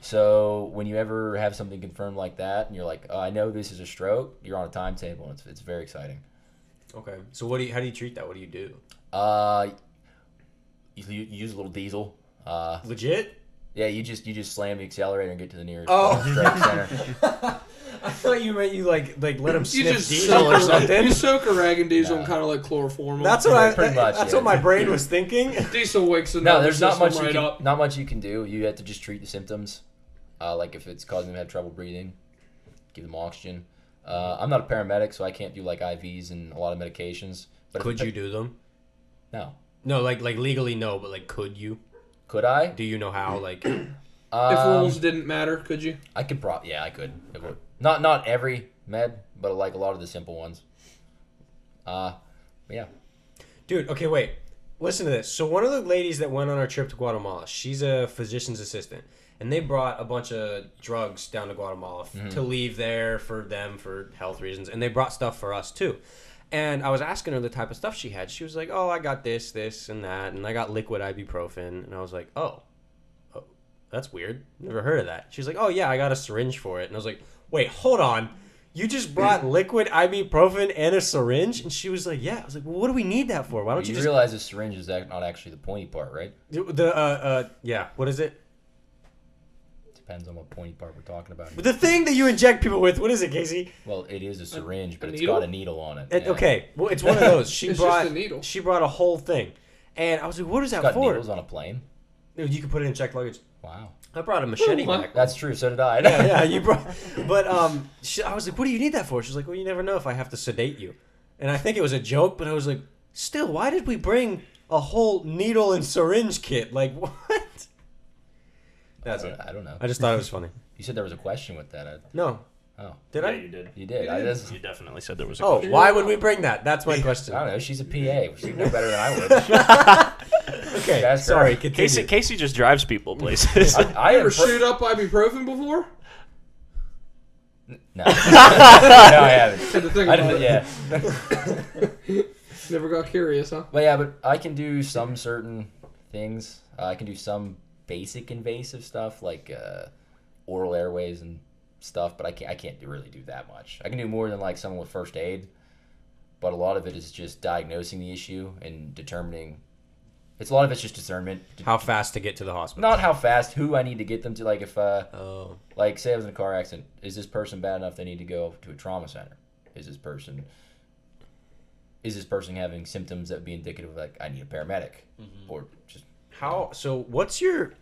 Speaker 2: So when you ever have something confirmed like that, and you're like, oh, I know this is a stroke, you're on a timetable, and it's it's very exciting.
Speaker 5: Okay. So what do you? How do you treat that? What do you do?
Speaker 2: Uh, you, you use a little diesel. Uh,
Speaker 5: Legit?
Speaker 2: yeah, you just you just slam the accelerator and get to the nearest
Speaker 5: Oh.
Speaker 2: stroke center.
Speaker 5: I thought you meant you like like let him
Speaker 4: You
Speaker 5: sniff
Speaker 4: just
Speaker 5: diesel or
Speaker 4: soak a,
Speaker 5: something.
Speaker 4: you soak a rag in diesel and kind of like chloroform. 'em.
Speaker 5: That's what I.
Speaker 2: Pretty much,
Speaker 5: that's
Speaker 2: yeah.
Speaker 5: what my brain was thinking.
Speaker 4: diesel wakes it
Speaker 2: No,
Speaker 4: up,
Speaker 2: there's not
Speaker 4: system
Speaker 2: much you
Speaker 4: right
Speaker 2: can,
Speaker 4: up.
Speaker 2: not much you can do. You have to just treat the symptoms. Uh, like if it's causing them to have trouble breathing, give them oxygen. Uh, I'm not a paramedic, so I can't do like IVs and a lot of medications. But
Speaker 5: Could you do them?
Speaker 2: No.
Speaker 5: No, like like legally no, but like could you?
Speaker 2: Could I?
Speaker 5: Do you know how? Like
Speaker 4: If
Speaker 2: Um,
Speaker 4: rules didn't matter, could you?
Speaker 2: I could probably. Yeah, I could. It would. Not not every med, but like a lot of the simple ones. Uh, but yeah.
Speaker 5: Dude, okay, wait. Listen to this. So one of the ladies that went on our trip to Guatemala, she's a physician's assistant, and they brought a bunch of drugs down to Guatemala f- to leave there for them for health reasons, and they brought stuff for us too. And I was asking her the type of stuff she had. She was like, "Oh, I got this, this, and that, and I got liquid ibuprofen." And I was like, "Oh, oh, that's weird. Never heard of that." She's like, "Oh yeah, I got a syringe for it." And I was like, "Wait, hold on." You just brought liquid ibuprofen and a syringe, and she was like, "Yeah." I was like, well, "What do we need that for? Why don't you,
Speaker 2: You,
Speaker 5: just
Speaker 2: realize the syringe is act- not actually the pointy part, right?
Speaker 5: the uh, uh yeah, what is it?
Speaker 2: Depends on what pointy part we're talking about.
Speaker 5: The thing that you inject people with. What is it, Casey?
Speaker 2: Well, it is a syringe, but
Speaker 4: a
Speaker 2: it's
Speaker 4: needle?
Speaker 2: got a needle on it.
Speaker 5: It-
Speaker 2: yeah.
Speaker 5: Okay, well it's one of those. She
Speaker 4: It's just
Speaker 5: brought
Speaker 4: a needle.
Speaker 5: She brought a whole thing, and I was like, "What is
Speaker 2: It's got
Speaker 5: that for?"
Speaker 2: needles on a plane.
Speaker 5: Dude, You can put it in checked luggage.
Speaker 2: Wow.
Speaker 5: I brought a machete
Speaker 4: What?
Speaker 5: back.
Speaker 2: That's true. So did I.
Speaker 5: yeah, yeah, you brought. But um, she, I was like, "What do you need that for?" She's like, "Well, you never know if I have to sedate you," and I think it was a joke. But I was like, "Still, why did we bring a whole needle and syringe kit? Like what?" That's
Speaker 2: I
Speaker 5: it.
Speaker 2: don't- I don't know.
Speaker 5: I just thought it was funny.
Speaker 2: You said there was a question with that. I,
Speaker 5: No,
Speaker 2: oh,
Speaker 5: did
Speaker 6: Yeah,
Speaker 5: I?
Speaker 6: you did.
Speaker 2: you did. I, just,
Speaker 1: You definitely said there was. A
Speaker 5: Oh, why would we bring that? That's my
Speaker 2: I
Speaker 5: question.
Speaker 2: don't know. She's a PA. She'd know better than I would.
Speaker 5: Okay,
Speaker 2: That's
Speaker 5: sorry.
Speaker 2: right.
Speaker 5: Continue.
Speaker 1: Casey, Casey just drives people places.
Speaker 2: I
Speaker 4: Ever
Speaker 2: am.
Speaker 4: shoot up ibuprofen before?
Speaker 2: no. no, I haven't.
Speaker 4: Had to think
Speaker 2: I
Speaker 4: about
Speaker 2: didn't.
Speaker 4: it.
Speaker 2: Yeah.
Speaker 4: Never got curious, huh?
Speaker 2: But yeah, but I can do some certain things. Uh, I can do some basic invasive stuff like uh, oral airways and stuff. But I can't. I can't do, really do that much. I can do more than like someone with first aid. But a lot of it is just diagnosing the issue and determining. It's a lot of it's just discernment.
Speaker 5: How fast to get to the hospital?
Speaker 2: Not how fast, who I need to get them to. Like if uh,
Speaker 5: Oh,
Speaker 2: like say I was in a car accident, is this person bad enough they need to go to a trauma center? Is this person is this person having symptoms that would be indicative of like I need a paramedic
Speaker 5: Mm-hmm.
Speaker 2: or just
Speaker 5: how? So, what's your?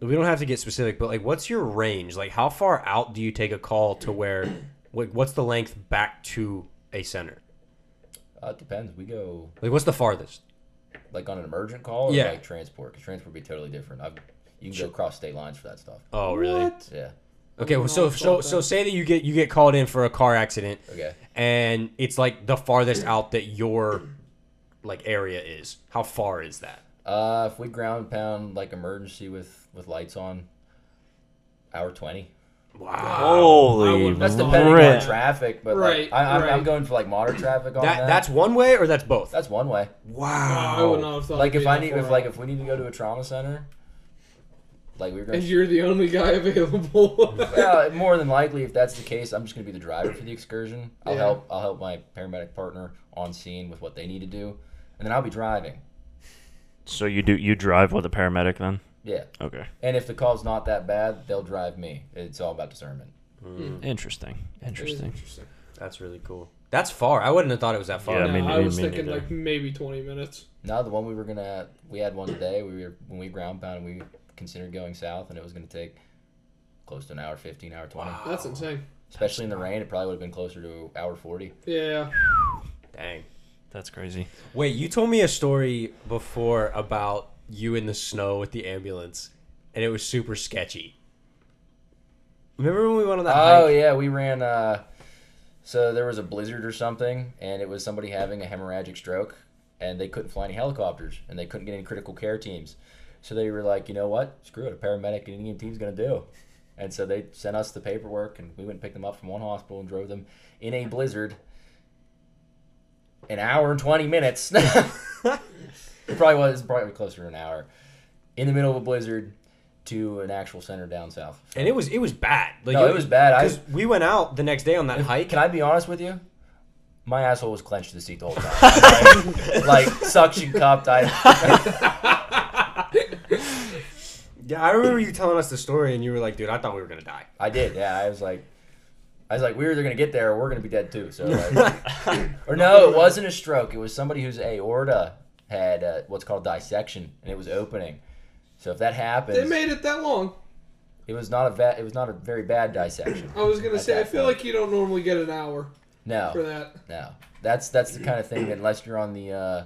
Speaker 5: We don't have to get specific, but like, what's your range? Like, how far out do you take a call to where? Like, what's the length back to a center?
Speaker 2: uh, it depends. We go
Speaker 5: Like, what's the farthest?
Speaker 2: like on an emergent call or
Speaker 5: Yeah.
Speaker 2: like transport because transport would be totally different. I've, you can go across state lines for that stuff.
Speaker 5: Oh, really?
Speaker 4: What?
Speaker 2: Yeah.
Speaker 5: Okay, well, so so so say that you get you get called in for a car accident,
Speaker 2: Okay.
Speaker 5: and it's like the farthest out that your like area is. How far is that?
Speaker 2: Uh, if we ground pound like emergency with with lights on, hour twenty.
Speaker 1: Holy
Speaker 2: That's depending
Speaker 1: rip.
Speaker 2: on traffic, but like,
Speaker 4: Right,
Speaker 2: I, I'm, I'm
Speaker 4: right.
Speaker 2: going for like modern traffic on Oh, that.
Speaker 5: That that's one way or that's both.
Speaker 2: that's one way.
Speaker 4: I would not have thought.
Speaker 2: Like
Speaker 4: it'd
Speaker 2: if
Speaker 4: be
Speaker 2: I
Speaker 4: that
Speaker 2: need,
Speaker 4: far
Speaker 2: if
Speaker 4: out.
Speaker 2: like if we need to go to a trauma center, like we we're
Speaker 4: and
Speaker 2: going.
Speaker 4: you're the only guy available.
Speaker 2: Well, more than likely, if that's the case, I'm just gonna be the driver for the excursion. I'll
Speaker 4: Yeah.
Speaker 2: help. I'll help my paramedic partner on scene with what they need to do, and then I'll be driving.
Speaker 1: So you do you drive with a paramedic then?
Speaker 2: Yeah.
Speaker 1: Okay.
Speaker 2: And if the call's not that bad, they'll drive me. It's all about discernment.
Speaker 1: Interesting. Interesting.
Speaker 5: That's really cool. That's far. I wouldn't have thought it was that far.
Speaker 1: Yeah,
Speaker 4: No,
Speaker 1: I mean,
Speaker 4: I
Speaker 1: me-
Speaker 4: was
Speaker 1: me
Speaker 4: thinking
Speaker 1: neither.
Speaker 4: like maybe 20 minutes.
Speaker 2: No, the one we were gonna, we had one today. We were when we ground pound, we considered going south, and it was gonna take close to an hour, fifteen, hour twenty.
Speaker 4: That's insane.
Speaker 2: Especially in the rain, it probably would have been closer to hour forty.
Speaker 4: Yeah.
Speaker 5: Dang.
Speaker 1: That's crazy.
Speaker 5: Wait, you told me a story before about you in the snow with the ambulance, and it was super sketchy. Remember when we went on that
Speaker 2: Oh
Speaker 5: hike?
Speaker 2: yeah, we ran. Uh, so there was a blizzard or something, and it was somebody having a hemorrhagic stroke, and they couldn't fly any helicopters, and they couldn't get any critical care teams. So they were like, you know what? Screw it. A paramedic and Indian team's gonna do. And so they sent us the paperwork, and we went and picked them up from one hospital and drove them in a blizzard. An hour and twenty minutes. it probably was probably closer to an hour. In the middle of a blizzard to an actual center down south.
Speaker 5: And it was it was bad. Like,
Speaker 2: Oh. No, it was bad. I-
Speaker 5: Because we went out the next day on that hike.
Speaker 2: Can I be honest with you? My asshole was clenched to the seat the whole time. like, like, suction cupped. I
Speaker 5: yeah, I remember you telling us the story, and you were like, "Dude, I thought we were gonna die."
Speaker 2: I did. Yeah, I was like, I was like, we're either gonna get there or we're gonna be dead too. So, like, or no, it wasn't a stroke. It was somebody whose aorta had uh, what's called dissection, and it was opening. So if that happens,
Speaker 4: They made it that long.
Speaker 2: it was not a va- it was not a very bad dissection.
Speaker 4: I was gonna
Speaker 2: At
Speaker 4: say I
Speaker 2: that
Speaker 4: feel
Speaker 2: point.
Speaker 4: like you don't normally get an hour
Speaker 2: no,
Speaker 4: for that.
Speaker 2: No, that's that's the kind of thing that unless you're on the uh,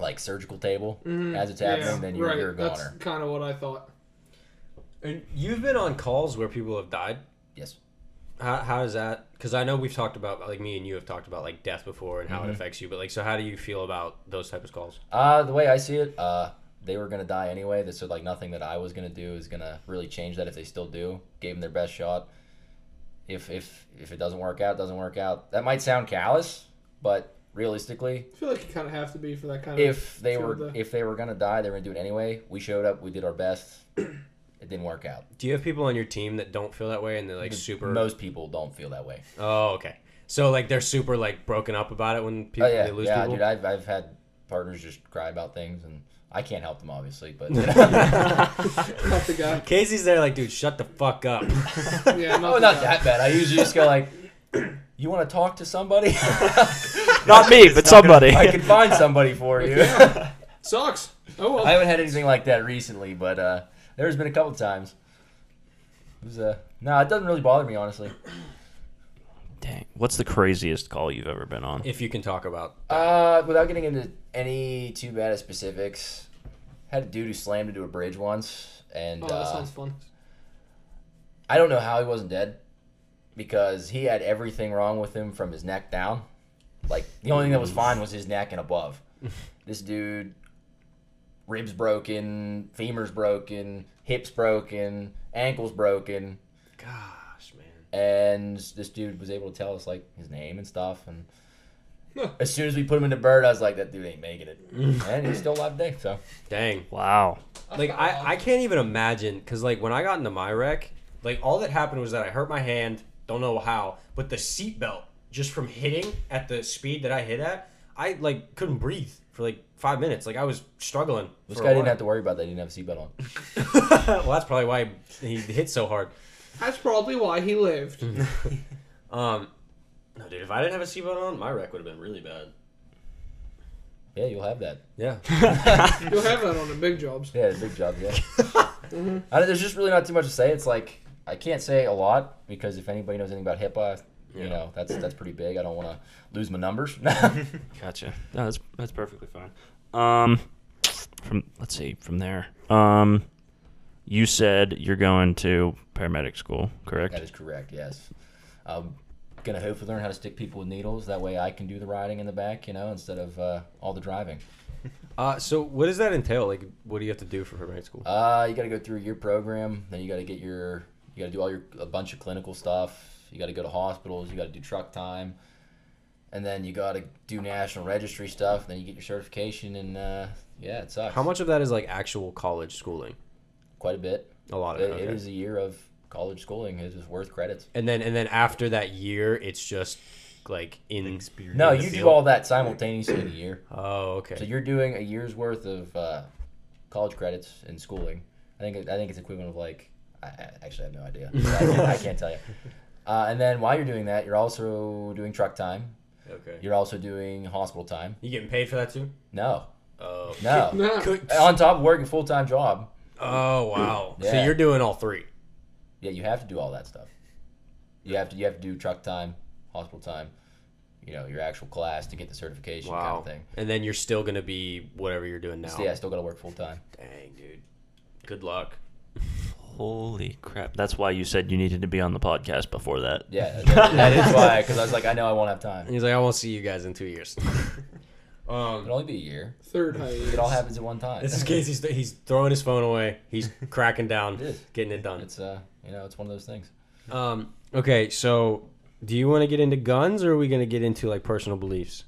Speaker 2: like surgical table as it's happening,
Speaker 4: Mm-hmm. Yeah,
Speaker 2: then you're,
Speaker 4: right.
Speaker 2: you're a
Speaker 4: That's
Speaker 2: goner.
Speaker 4: kind of what I thought.
Speaker 5: And you've been on calls where people have died.
Speaker 2: Yes.
Speaker 5: How how does that? Because I know we've talked about like me and you have talked about like death before and how
Speaker 2: Mm-hmm.
Speaker 5: it affects you. But like, so how do you feel about those type of calls?
Speaker 2: Uh, the way I see it, uh, they were gonna die anyway. that- So like nothing that I was gonna do is gonna really change that. If they still do, gave them their best shot. If if if it doesn't work out, it doesn't work out. That might sound callous, but realistically,
Speaker 4: I feel like you kind of have to be for that kind of.
Speaker 2: if they
Speaker 4: Sure,
Speaker 2: were
Speaker 4: the-
Speaker 2: if they were gonna die, they were gonna do it anyway. We showed up, we did our best. It didn't work out.
Speaker 5: Do you have people on your team that don't feel that way and they're like super?
Speaker 2: Most people don't feel that way.
Speaker 5: Oh, okay. So like they're super like broken up about it when
Speaker 2: Oh
Speaker 5: people
Speaker 2: yeah,
Speaker 5: they lose
Speaker 2: yeah,
Speaker 5: people.
Speaker 2: dude. I've I've had partners just cry about things, and I can't help them obviously, but
Speaker 4: Not the guy.
Speaker 5: Casey's there like, dude, shut the fuck up.
Speaker 4: Yeah, not,
Speaker 2: oh,
Speaker 4: the
Speaker 2: not
Speaker 4: guy.
Speaker 2: that bad. I usually just go like, "You want to talk to somebody?
Speaker 1: Not me, but somebody.
Speaker 2: I can find somebody for you."
Speaker 4: Sucks. Oh well.
Speaker 2: I haven't had anything like that recently, but uh, there's been a couple times. It was uh, no, it doesn't really bother me honestly.
Speaker 1: Dang. What's the craziest call you've ever been on?
Speaker 5: if you can talk about
Speaker 2: Uh, without getting into any too bad of specifics, had a dude who slammed into a bridge once, and
Speaker 4: oh,
Speaker 2: uh,
Speaker 4: that sounds fun.
Speaker 2: I don't know how he wasn't dead because he had everything wrong with him from his neck down. Like the only thing that was fine was his neck and above. this dude ribs broken, femurs broken, hips broken, ankles broken,
Speaker 5: gosh, man.
Speaker 2: and this dude was able to tell us like his name and stuff and
Speaker 4: Huh.
Speaker 2: as soon as we put him in the bird, I was like, that dude ain't making it. and he's still alive today, so
Speaker 5: Dang.
Speaker 1: Wow.
Speaker 5: Like I, I can't even imagine cuz like when I got into my wreck, like all that happened was that I hurt my hand, don't know how, but the seatbelt just from hitting at the speed that I hit at, I like couldn't breathe for like 5 minutes. Like I was struggling.
Speaker 2: this
Speaker 5: for a
Speaker 2: guy didn't
Speaker 5: while.
Speaker 2: have to worry about that. He didn't have a seatbelt on.
Speaker 5: well, that's probably why he hit so hard.
Speaker 4: That's probably why he lived.
Speaker 5: Um no, dude, if I didn't have a seatbelt on, my wreck would have been really bad.
Speaker 2: Yeah, you'll have that.
Speaker 5: Yeah.
Speaker 4: You'll have that on the big jobs.
Speaker 2: Yeah, big job. Yeah. I don't- there's just really not too much to say. It's like I can't say a lot because if anybody knows anything about HIPAA, you know that's that's pretty big. I don't want to lose my numbers.
Speaker 1: Gotcha. No, that's that's perfectly fine. Um, from let's see, from there. Um, you said you're going to paramedic school, correct?
Speaker 2: that is correct. Yes. I'm gonna hopefully learn how to stick people with needles. That way I can do the riding in the back, you know, instead of uh, all the driving.
Speaker 5: Uh, so what does that entail? Like, what do you have to do for paramedic school?
Speaker 2: Uh, you got to go through your program, then you got to get your You got to do all your a bunch of clinical stuff. You got to go to hospitals. You got to do truck time, and then you got to do national registry stuff. And then you get your certification, and uh, yeah, it sucks.
Speaker 5: How much of that is like actual college schooling?
Speaker 2: Quite a bit.
Speaker 5: A lot of
Speaker 2: It-
Speaker 5: it.
Speaker 2: it
Speaker 5: Oh, okay.
Speaker 2: is a year of college schooling. It is worth credits.
Speaker 5: And then and then after that year, it's just like in
Speaker 3: Experience.
Speaker 2: No,
Speaker 5: in the
Speaker 2: you do
Speaker 5: field?
Speaker 2: all that simultaneously in a year.
Speaker 5: Oh,
Speaker 2: So
Speaker 5: okay.
Speaker 2: you're doing a year's worth of uh, college credits and schooling. I think it- I think it's equivalent of like I, I actually have no idea. I, can't, I can't tell you. Uh, and then while you're doing that, you're also doing truck time.
Speaker 5: Okay.
Speaker 2: You're also doing hospital time.
Speaker 5: You getting paid for that too?
Speaker 2: No,
Speaker 5: Oh.
Speaker 2: no.
Speaker 4: No.
Speaker 2: On top of working full time job,
Speaker 5: Oh wow. So
Speaker 2: Yeah.
Speaker 5: you're doing all three.
Speaker 2: yeah, you have to do all that stuff. You have to you have to do truck time, hospital time, you know, your actual class to get the certification kind of thing.
Speaker 5: And then you're still gonna be whatever you're doing now.
Speaker 2: So yeah, I still got to work full time.
Speaker 5: Dang, dude. Good luck.
Speaker 1: Holy crap! That's why you said you needed to be on the podcast before that.
Speaker 2: Yeah, that- that is why because I was like, I know I won't have time.
Speaker 5: He's like, I won't see you guys in two years. um,
Speaker 2: It'll only be a year.
Speaker 4: Third
Speaker 2: It
Speaker 4: hiatus.
Speaker 2: all happens at one time.
Speaker 5: this is Casey's. He's throwing his phone away. He's cracking down,
Speaker 2: It is.
Speaker 5: getting it done.
Speaker 2: It's uh, you know, it's one of those things.
Speaker 5: Um, okay, so do you want to get into guns, or are we gonna get into like personal beliefs?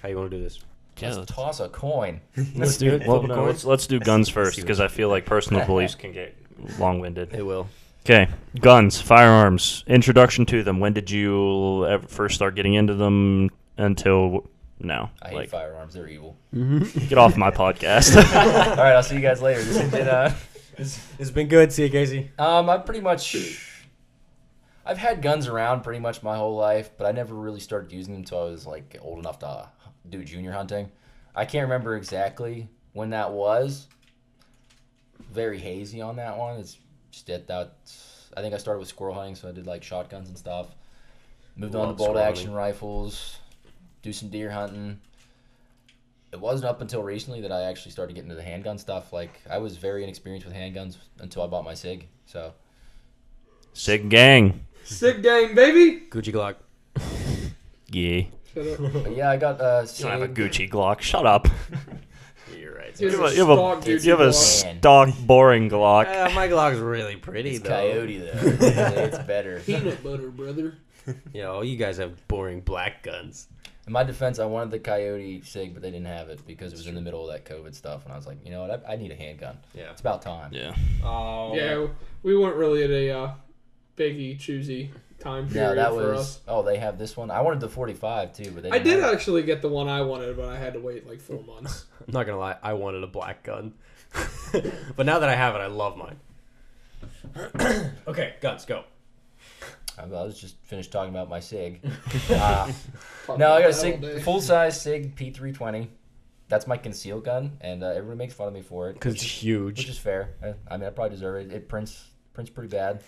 Speaker 5: How you want to do this?
Speaker 1: Yeah,
Speaker 2: Let's toss a coin.
Speaker 1: let's do it. Well,
Speaker 5: Flip a
Speaker 1: no,
Speaker 5: coin?
Speaker 1: let's, let's do guns first because I feel like personal beliefs can get long-winded.
Speaker 5: It will.
Speaker 1: Okay, guns, firearms. Introduction to them. When did you ever first start getting into them? Until now,
Speaker 2: I hate
Speaker 1: like
Speaker 2: firearms; they're evil.
Speaker 1: get off my podcast.
Speaker 2: all right, I'll see you guys later. This has been, uh,
Speaker 5: It's been good. See you, Casey.
Speaker 2: um, I'm pretty much. I've had guns around pretty much my whole life, but I never really started using them until I was like old enough to uh, do junior hunting. I can't remember exactly when that was. Very hazy on that one. It's just it that. I think I started with squirrel hunting, so I did like shotguns and stuff. Moved on to
Speaker 5: Love
Speaker 2: bolt
Speaker 5: squirrel
Speaker 2: action rifles, do some deer hunting. It wasn't up until recently that I actually started getting into the handgun stuff. Like I was very inexperienced with handguns until I bought my Sig. So
Speaker 1: Sig gang.
Speaker 4: Sick game, baby.
Speaker 5: Gucci Glock.
Speaker 1: Yeah.
Speaker 4: Shut up.
Speaker 2: but yeah, I got uh,
Speaker 1: You don't have a
Speaker 2: Sig.
Speaker 1: Gucci Glock. Shut up.
Speaker 5: You're right.
Speaker 4: Dude,
Speaker 1: You have a,
Speaker 4: it's
Speaker 1: you have a-
Speaker 4: stock, dude,
Speaker 1: you have a
Speaker 4: Glock.
Speaker 2: Glock.
Speaker 1: stock, boring Glock.
Speaker 5: Uh, my Glock's really pretty
Speaker 2: It's
Speaker 5: though.
Speaker 2: Coyote though. it's better.
Speaker 4: Peanut butter, brother.
Speaker 5: You know, you guys have boring black guns.
Speaker 2: In my defense, I wanted the Coyote Sig, but they didn't have it because it was in the middle of that COVID stuff, and I was like, you know what, I, I need a handgun.
Speaker 5: Yeah.
Speaker 2: It's about time.
Speaker 1: Yeah.
Speaker 5: Oh.
Speaker 4: Yeah, we weren't really at a uh, biggie choosy time
Speaker 2: No,
Speaker 4: period
Speaker 2: that
Speaker 4: for
Speaker 2: was.
Speaker 4: us.
Speaker 2: Oh, they have this one. I wanted the 45 too, but they didn't
Speaker 4: I did
Speaker 2: have it.
Speaker 4: actually get the one I wanted, but I had to wait like four months.
Speaker 5: I'm not gonna lie. I wanted a black gun, but now that I have it, I love mine. okay, guns go.
Speaker 2: I I was just finished talking about my Sig. uh, no, I got a Sig, full size Sig P320. That's my concealed gun, and uh, everyone makes fun of me for it,
Speaker 5: Cause it's
Speaker 2: which
Speaker 5: huge.
Speaker 2: is fair. I, I mean, I probably deserve it. It prints prints pretty bad.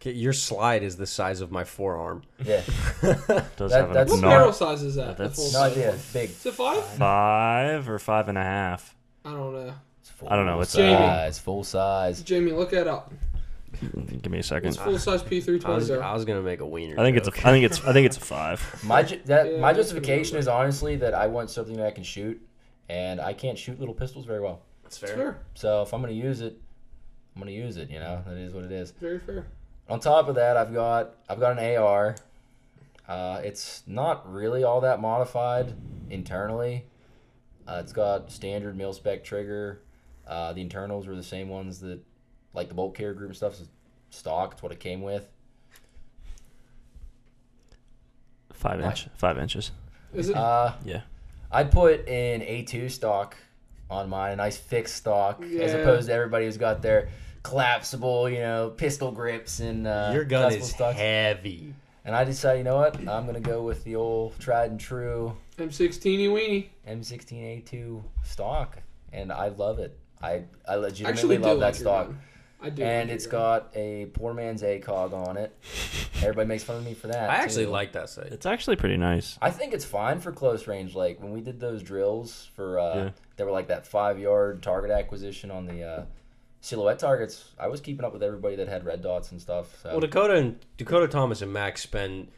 Speaker 5: Okay, your slide is the size of my forearm.
Speaker 2: Yeah,
Speaker 1: Does
Speaker 2: That-
Speaker 1: have a
Speaker 2: that's-
Speaker 4: What
Speaker 2: No.
Speaker 4: barrel size is that? the
Speaker 1: That's-
Speaker 4: full
Speaker 2: no
Speaker 4: size?
Speaker 2: idea. Big.
Speaker 4: Is it five?
Speaker 1: five or five and a half.
Speaker 4: I don't know.
Speaker 2: It's full
Speaker 1: I don't know, it's- uh,
Speaker 4: Jamie.
Speaker 2: size. Full size.
Speaker 4: Jamie, look that up.
Speaker 1: Give me a second.
Speaker 4: It's full size
Speaker 5: I was,
Speaker 4: P320.
Speaker 5: I was gonna make a wiener.
Speaker 1: I think it's a, I think it's I think it's a five.
Speaker 2: My ju- that,
Speaker 4: Yeah,
Speaker 2: my
Speaker 4: that's a good
Speaker 2: justification is honestly that I want something that I can shoot, and I can't shoot little pistols very well.
Speaker 5: it's
Speaker 4: It's fair.
Speaker 2: So if I'm gonna use it, I'm gonna use it. You know, that is what it is.
Speaker 4: Very fair.
Speaker 2: On top of that, I've got I've got an AR. Uh, it's not really all that modified internally. Uh, it's got standard mil spec trigger. Uh, the internals were the same ones that, like the bolt carrier group and stuff, is stock. It's what it came with.
Speaker 1: Five inch. Five inches.
Speaker 4: Is it?
Speaker 2: Uh,
Speaker 1: Yeah.
Speaker 2: I put in A2 stock on mine, a nice fixed stock, as
Speaker 4: Yeah.
Speaker 2: opposed to everybody who's got their collapsible, you know, pistol grips and uh,
Speaker 5: Your gun
Speaker 2: collapsible
Speaker 5: is
Speaker 2: stocks.
Speaker 5: heavy.
Speaker 2: And I decided, you know what? I'm gonna go with the old tried and true
Speaker 4: M16 weenie.
Speaker 2: M16A2 stock, and I love it. I I legitimately
Speaker 4: Actually, do
Speaker 2: love that
Speaker 4: like your
Speaker 2: stock.
Speaker 4: gun. I do.
Speaker 2: And
Speaker 4: like
Speaker 2: it's
Speaker 4: your gun.
Speaker 2: got a poor man's ACOG on it. Everybody makes fun of me for that.
Speaker 5: I actually
Speaker 2: too.
Speaker 5: like that sight.
Speaker 1: It's actually pretty nice.
Speaker 2: I think it's fine for close range. Like when we did those drills for, uh,
Speaker 1: Yeah.
Speaker 2: they were like that five yard target acquisition on the uh, silhouette targets. I was keeping up with everybody that had red dots and stuff. So
Speaker 5: Well, Dakota and Dakota Thomas and Max spend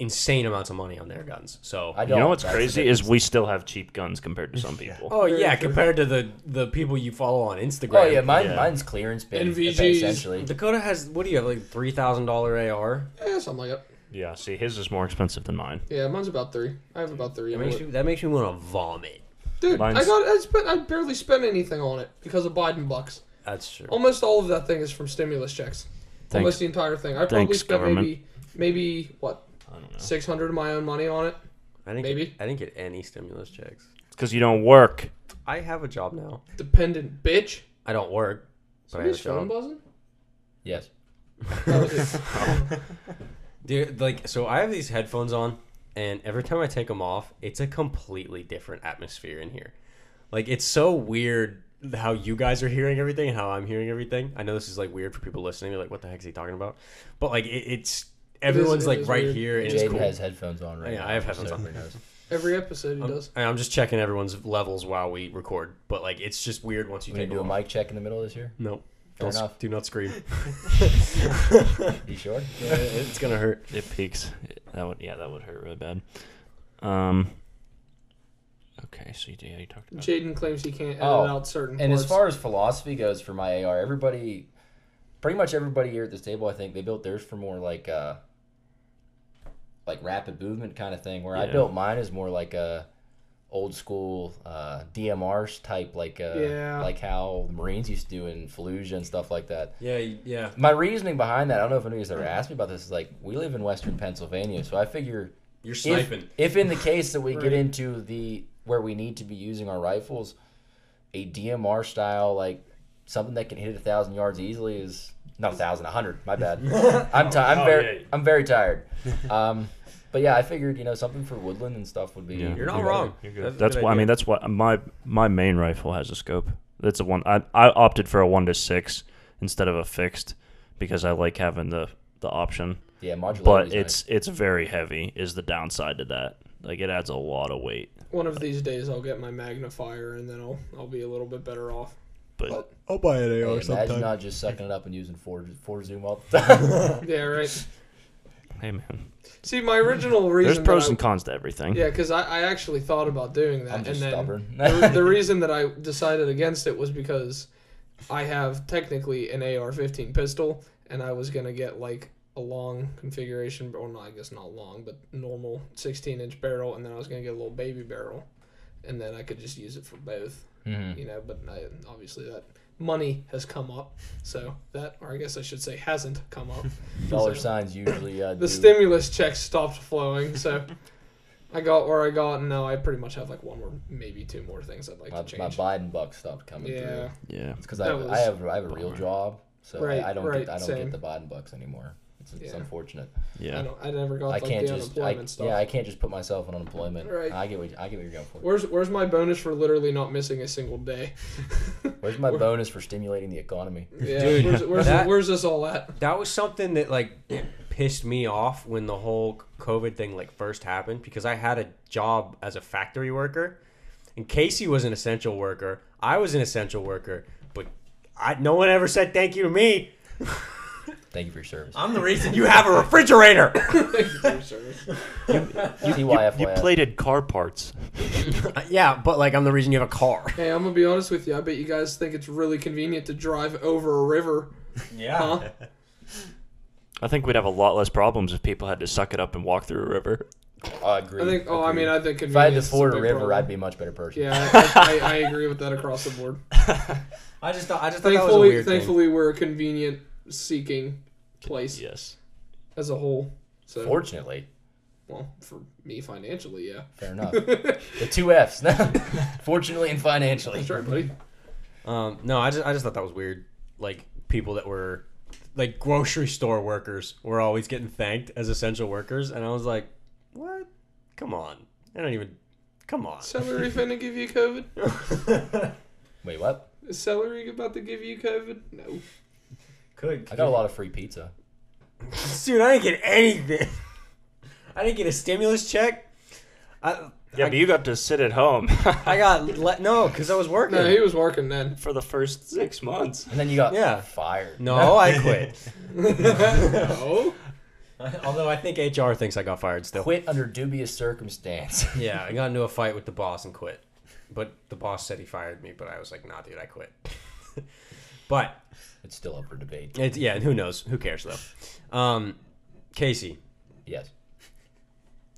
Speaker 5: insane amounts of money on their guns. So
Speaker 2: I don't.
Speaker 1: You know what's
Speaker 2: That's the
Speaker 1: crazy
Speaker 2: difference.
Speaker 1: is we still have cheap guns compared to some people.
Speaker 5: Oh yeah, compared to the the people you follow on Instagram.
Speaker 2: Oh yeah, mine,
Speaker 1: Yeah.
Speaker 2: mine's clearance bin.
Speaker 4: NVGs.
Speaker 2: Essentially,
Speaker 5: Dakota has what do you have like three thousand dollar AR?
Speaker 4: Yeah, something like that.
Speaker 1: Yeah, see, his is more expensive than mine.
Speaker 4: Yeah, mine's about three. I have about three.
Speaker 5: That makes you that makes me want to vomit.
Speaker 4: Dude, I
Speaker 1: Mine's-
Speaker 4: got I spent I barely spent anything on it because of Biden bucks.
Speaker 5: That's true.
Speaker 2: Oh,
Speaker 4: Almost all of that thing is from stimulus checks. Almost the entire thing. I probably
Speaker 1: Thanks,
Speaker 4: spent
Speaker 1: government.
Speaker 4: maybe maybe what six hundred of my own money on it.
Speaker 5: I didn't
Speaker 4: maybe.
Speaker 5: Get, I didn't get any stimulus checks.
Speaker 1: Because you don't work.
Speaker 5: I have a job now.
Speaker 4: Dependent bitch.
Speaker 5: I don't work. But I have a
Speaker 4: Somebody's phone
Speaker 5: job.
Speaker 4: buzzing.
Speaker 2: yes.
Speaker 4: That was it.
Speaker 5: Dude, like so I have these headphones on and every time I take them off, it's a completely different atmosphere in here. Like it's so weird how you guys are hearing everything and how I'm hearing everything. I know this is like weird for people listening. They're like, what the heck is he talking about? But like it, it's everyone's
Speaker 4: it
Speaker 5: like
Speaker 4: is
Speaker 5: right
Speaker 4: weird.
Speaker 5: here and it's
Speaker 2: Jaden
Speaker 5: cool.
Speaker 2: has headphones on right
Speaker 5: Yeah,
Speaker 2: now.
Speaker 5: I have headphones on.
Speaker 2: so everybody knows.
Speaker 4: Every episode
Speaker 5: Um,
Speaker 4: he does.
Speaker 5: And I'm just checking everyone's levels while we record, but like it's just weird once you
Speaker 2: You gonna
Speaker 5: take
Speaker 2: do a
Speaker 5: them off.
Speaker 2: mic check in the middle of this year?
Speaker 5: No,
Speaker 2: Fair
Speaker 5: don't, s-
Speaker 2: enough.
Speaker 5: do not scream.
Speaker 2: You sure?
Speaker 5: it's gonna hurt.
Speaker 1: It peaks. That would yeah, that would hurt really bad. Um. Okay, so you, yeah, you talked about.
Speaker 4: Jaden claims he can't edit
Speaker 2: Oh,
Speaker 4: out certain
Speaker 2: And
Speaker 4: parts.
Speaker 2: as far as philosophy goes for my AR, everybody, pretty much everybody here at this table, I think they built theirs for more like uh like rapid movement kind of thing. Where I
Speaker 1: Yeah.
Speaker 2: built mine is more like a old school uh, DMRs type, like uh,
Speaker 4: Yeah.
Speaker 2: like how the Marines used to do in Fallujah and stuff like that.
Speaker 5: Yeah, yeah.
Speaker 2: My reasoning behind that, I don't know if anybody's ever asked me about this, is like we live in Western Pennsylvania, so I figure
Speaker 5: You're
Speaker 2: if,
Speaker 5: sniping.
Speaker 2: if in the case that we get into the where we need to be using our rifles, a DMR style like something that can hit a thousand yards easily is not a thousand, a hundred. My bad. I'm ti I'm
Speaker 1: Oh,
Speaker 2: very
Speaker 1: yeah.
Speaker 2: I'm very tired. Um, but yeah, I figured you know something for woodland and stuff would be.
Speaker 1: Yeah.
Speaker 5: You're not wrong.
Speaker 1: You're
Speaker 5: That's
Speaker 1: good.
Speaker 5: a
Speaker 1: That's
Speaker 5: good
Speaker 1: why. I mean,
Speaker 5: idea.
Speaker 1: that's why my my main rifle has a scope. That's a one. I I opted for a one to six instead of a fixed because I like having the the option.
Speaker 2: Yeah, modular.
Speaker 1: But it's it's very heavy. Is the downside to that? Like it adds a lot of weight.
Speaker 4: One of these days I'll get my magnifier and then I'll I'll be a little bit better off.
Speaker 1: But
Speaker 5: I'll buy an
Speaker 2: nice. Hey, imagine not just sucking it up and using four four zoom all the time.
Speaker 4: Yeah, right.
Speaker 1: hey, man,
Speaker 4: See, my original reason.
Speaker 1: there's pros
Speaker 4: that I-
Speaker 1: and cons to everything.
Speaker 4: Yeah, because I, I actually thought about doing that,
Speaker 2: I'm just
Speaker 4: and then
Speaker 2: stubborn.
Speaker 4: the, the reason that I decided against it was because I have technically an AR-15 pistol, and I was gonna get like a long configuration, or not, I guess not long, but normal 16-inch barrel, and then I was gonna get a little baby barrel, and then I could just use it for both,
Speaker 2: Hmm. Mm-hmm.
Speaker 4: you know. But I, obviously that money has come up, so that, or I guess I should say, hasn't come up.
Speaker 2: Dollar signs usually uh,
Speaker 4: The
Speaker 2: do
Speaker 4: stimulus checks stopped flowing, so I got where I got, and now I pretty much have like one more, maybe two more things I'd like
Speaker 2: my,
Speaker 4: to
Speaker 2: my
Speaker 4: change.
Speaker 2: Biden buck stopped coming through.
Speaker 4: yeah,
Speaker 1: Yeah.
Speaker 2: It's because I,
Speaker 4: That was-
Speaker 2: I have I have a real job, so
Speaker 4: Right,
Speaker 2: I, I don't
Speaker 4: right,
Speaker 2: get, I don't
Speaker 4: same.
Speaker 2: get the Biden bucks anymore. It's, it's
Speaker 4: Yeah.
Speaker 2: unfortunate.
Speaker 4: I
Speaker 1: Yeah.
Speaker 4: don't, I never got
Speaker 2: I
Speaker 4: like
Speaker 2: can't
Speaker 4: the
Speaker 2: just I,
Speaker 4: unemployment stuff.
Speaker 2: yeah I can't just put myself on unemployment.
Speaker 4: Right.
Speaker 2: I get what I get what you're going for.
Speaker 4: Where's where's my bonus for literally not missing a single day?
Speaker 2: Where's my bonus for stimulating the economy?
Speaker 4: Yeah,
Speaker 5: Dude,
Speaker 4: where's, where's,
Speaker 5: that-
Speaker 4: where's this all at?
Speaker 5: That was something that like pissed me off when the whole COVID thing like first happened because I had a job as a factory worker, and Casey was an essential worker. I was an essential worker, but I no one ever said thank you to me.
Speaker 2: Thank you for your service.
Speaker 5: I'm the reason you have a refrigerator.
Speaker 2: TYFYF.
Speaker 1: You plated car parts.
Speaker 5: yeah, but like I'm the reason you have a car.
Speaker 4: hey, I'm gonna be honest with you. I bet you guys think it's really convenient to drive over a river,
Speaker 5: Yeah.
Speaker 4: huh?
Speaker 1: I think we'd have a lot less problems if people had to suck it up and walk through a river.
Speaker 2: I agree.
Speaker 4: I think. Oh, I mean, I think convenience.
Speaker 2: if I had to
Speaker 4: is a
Speaker 2: ford a
Speaker 4: big
Speaker 2: river,
Speaker 4: problem.
Speaker 2: I'd be a much better person.
Speaker 4: Yeah, I, I, I agree with that across the board.
Speaker 5: I just thought I just thought that was a
Speaker 4: Thankfully,
Speaker 5: weird thing.
Speaker 4: thankfully, we're a convenient seeking place.
Speaker 1: Yes.
Speaker 4: as a whole. So,
Speaker 2: Fortunately,
Speaker 4: well, for me financially, yeah.
Speaker 2: fair enough. the two Fs. Fortunately and financially.
Speaker 4: That's right, buddy.
Speaker 5: Um, no, I just I just thought that was weird. Like people that were like grocery store workers were always getting thanked as essential workers, and I was like, what? Come on, I don't even. Come on.
Speaker 4: Celery finna give you COVID?
Speaker 2: Wait, what?
Speaker 4: Is celery about to give you COVID? No.
Speaker 5: Could
Speaker 2: I got a lot of free pizza.
Speaker 5: dude, I didn't get anything. I didn't get a stimulus check. I
Speaker 1: Yeah, but you got to sit at home
Speaker 5: I got let no because I was working.
Speaker 4: No, he was working then.
Speaker 1: for the first six months.
Speaker 2: And then you got
Speaker 5: Yeah.
Speaker 2: fired.
Speaker 5: No, I quit.
Speaker 4: No.
Speaker 5: Although I think HR thinks I got fired still.
Speaker 2: Quit under dubious circumstance.
Speaker 5: Yeah, I got into a fight with the boss and quit. But the boss said he fired me, but I was like, nah, dude, I quit. but
Speaker 2: it's still up for debate.
Speaker 5: it's, yeah, who knows? Who cares though? Um, Casey,
Speaker 2: Yes.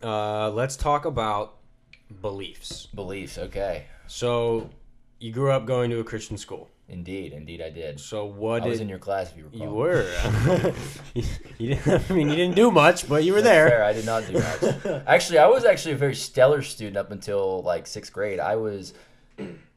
Speaker 5: uh, let's talk about beliefs.
Speaker 2: Beliefs. Okay.
Speaker 5: So you grew up going to a Christian school.
Speaker 2: Indeed. Indeed, I did.
Speaker 5: So what
Speaker 2: I was
Speaker 5: did
Speaker 2: in your class, if you recall.
Speaker 5: you were? you, didn't, I mean, you didn't do much, but you were there.
Speaker 2: Fair, I did not do much. actually, I was actually a very stellar student up until like sixth grade. I was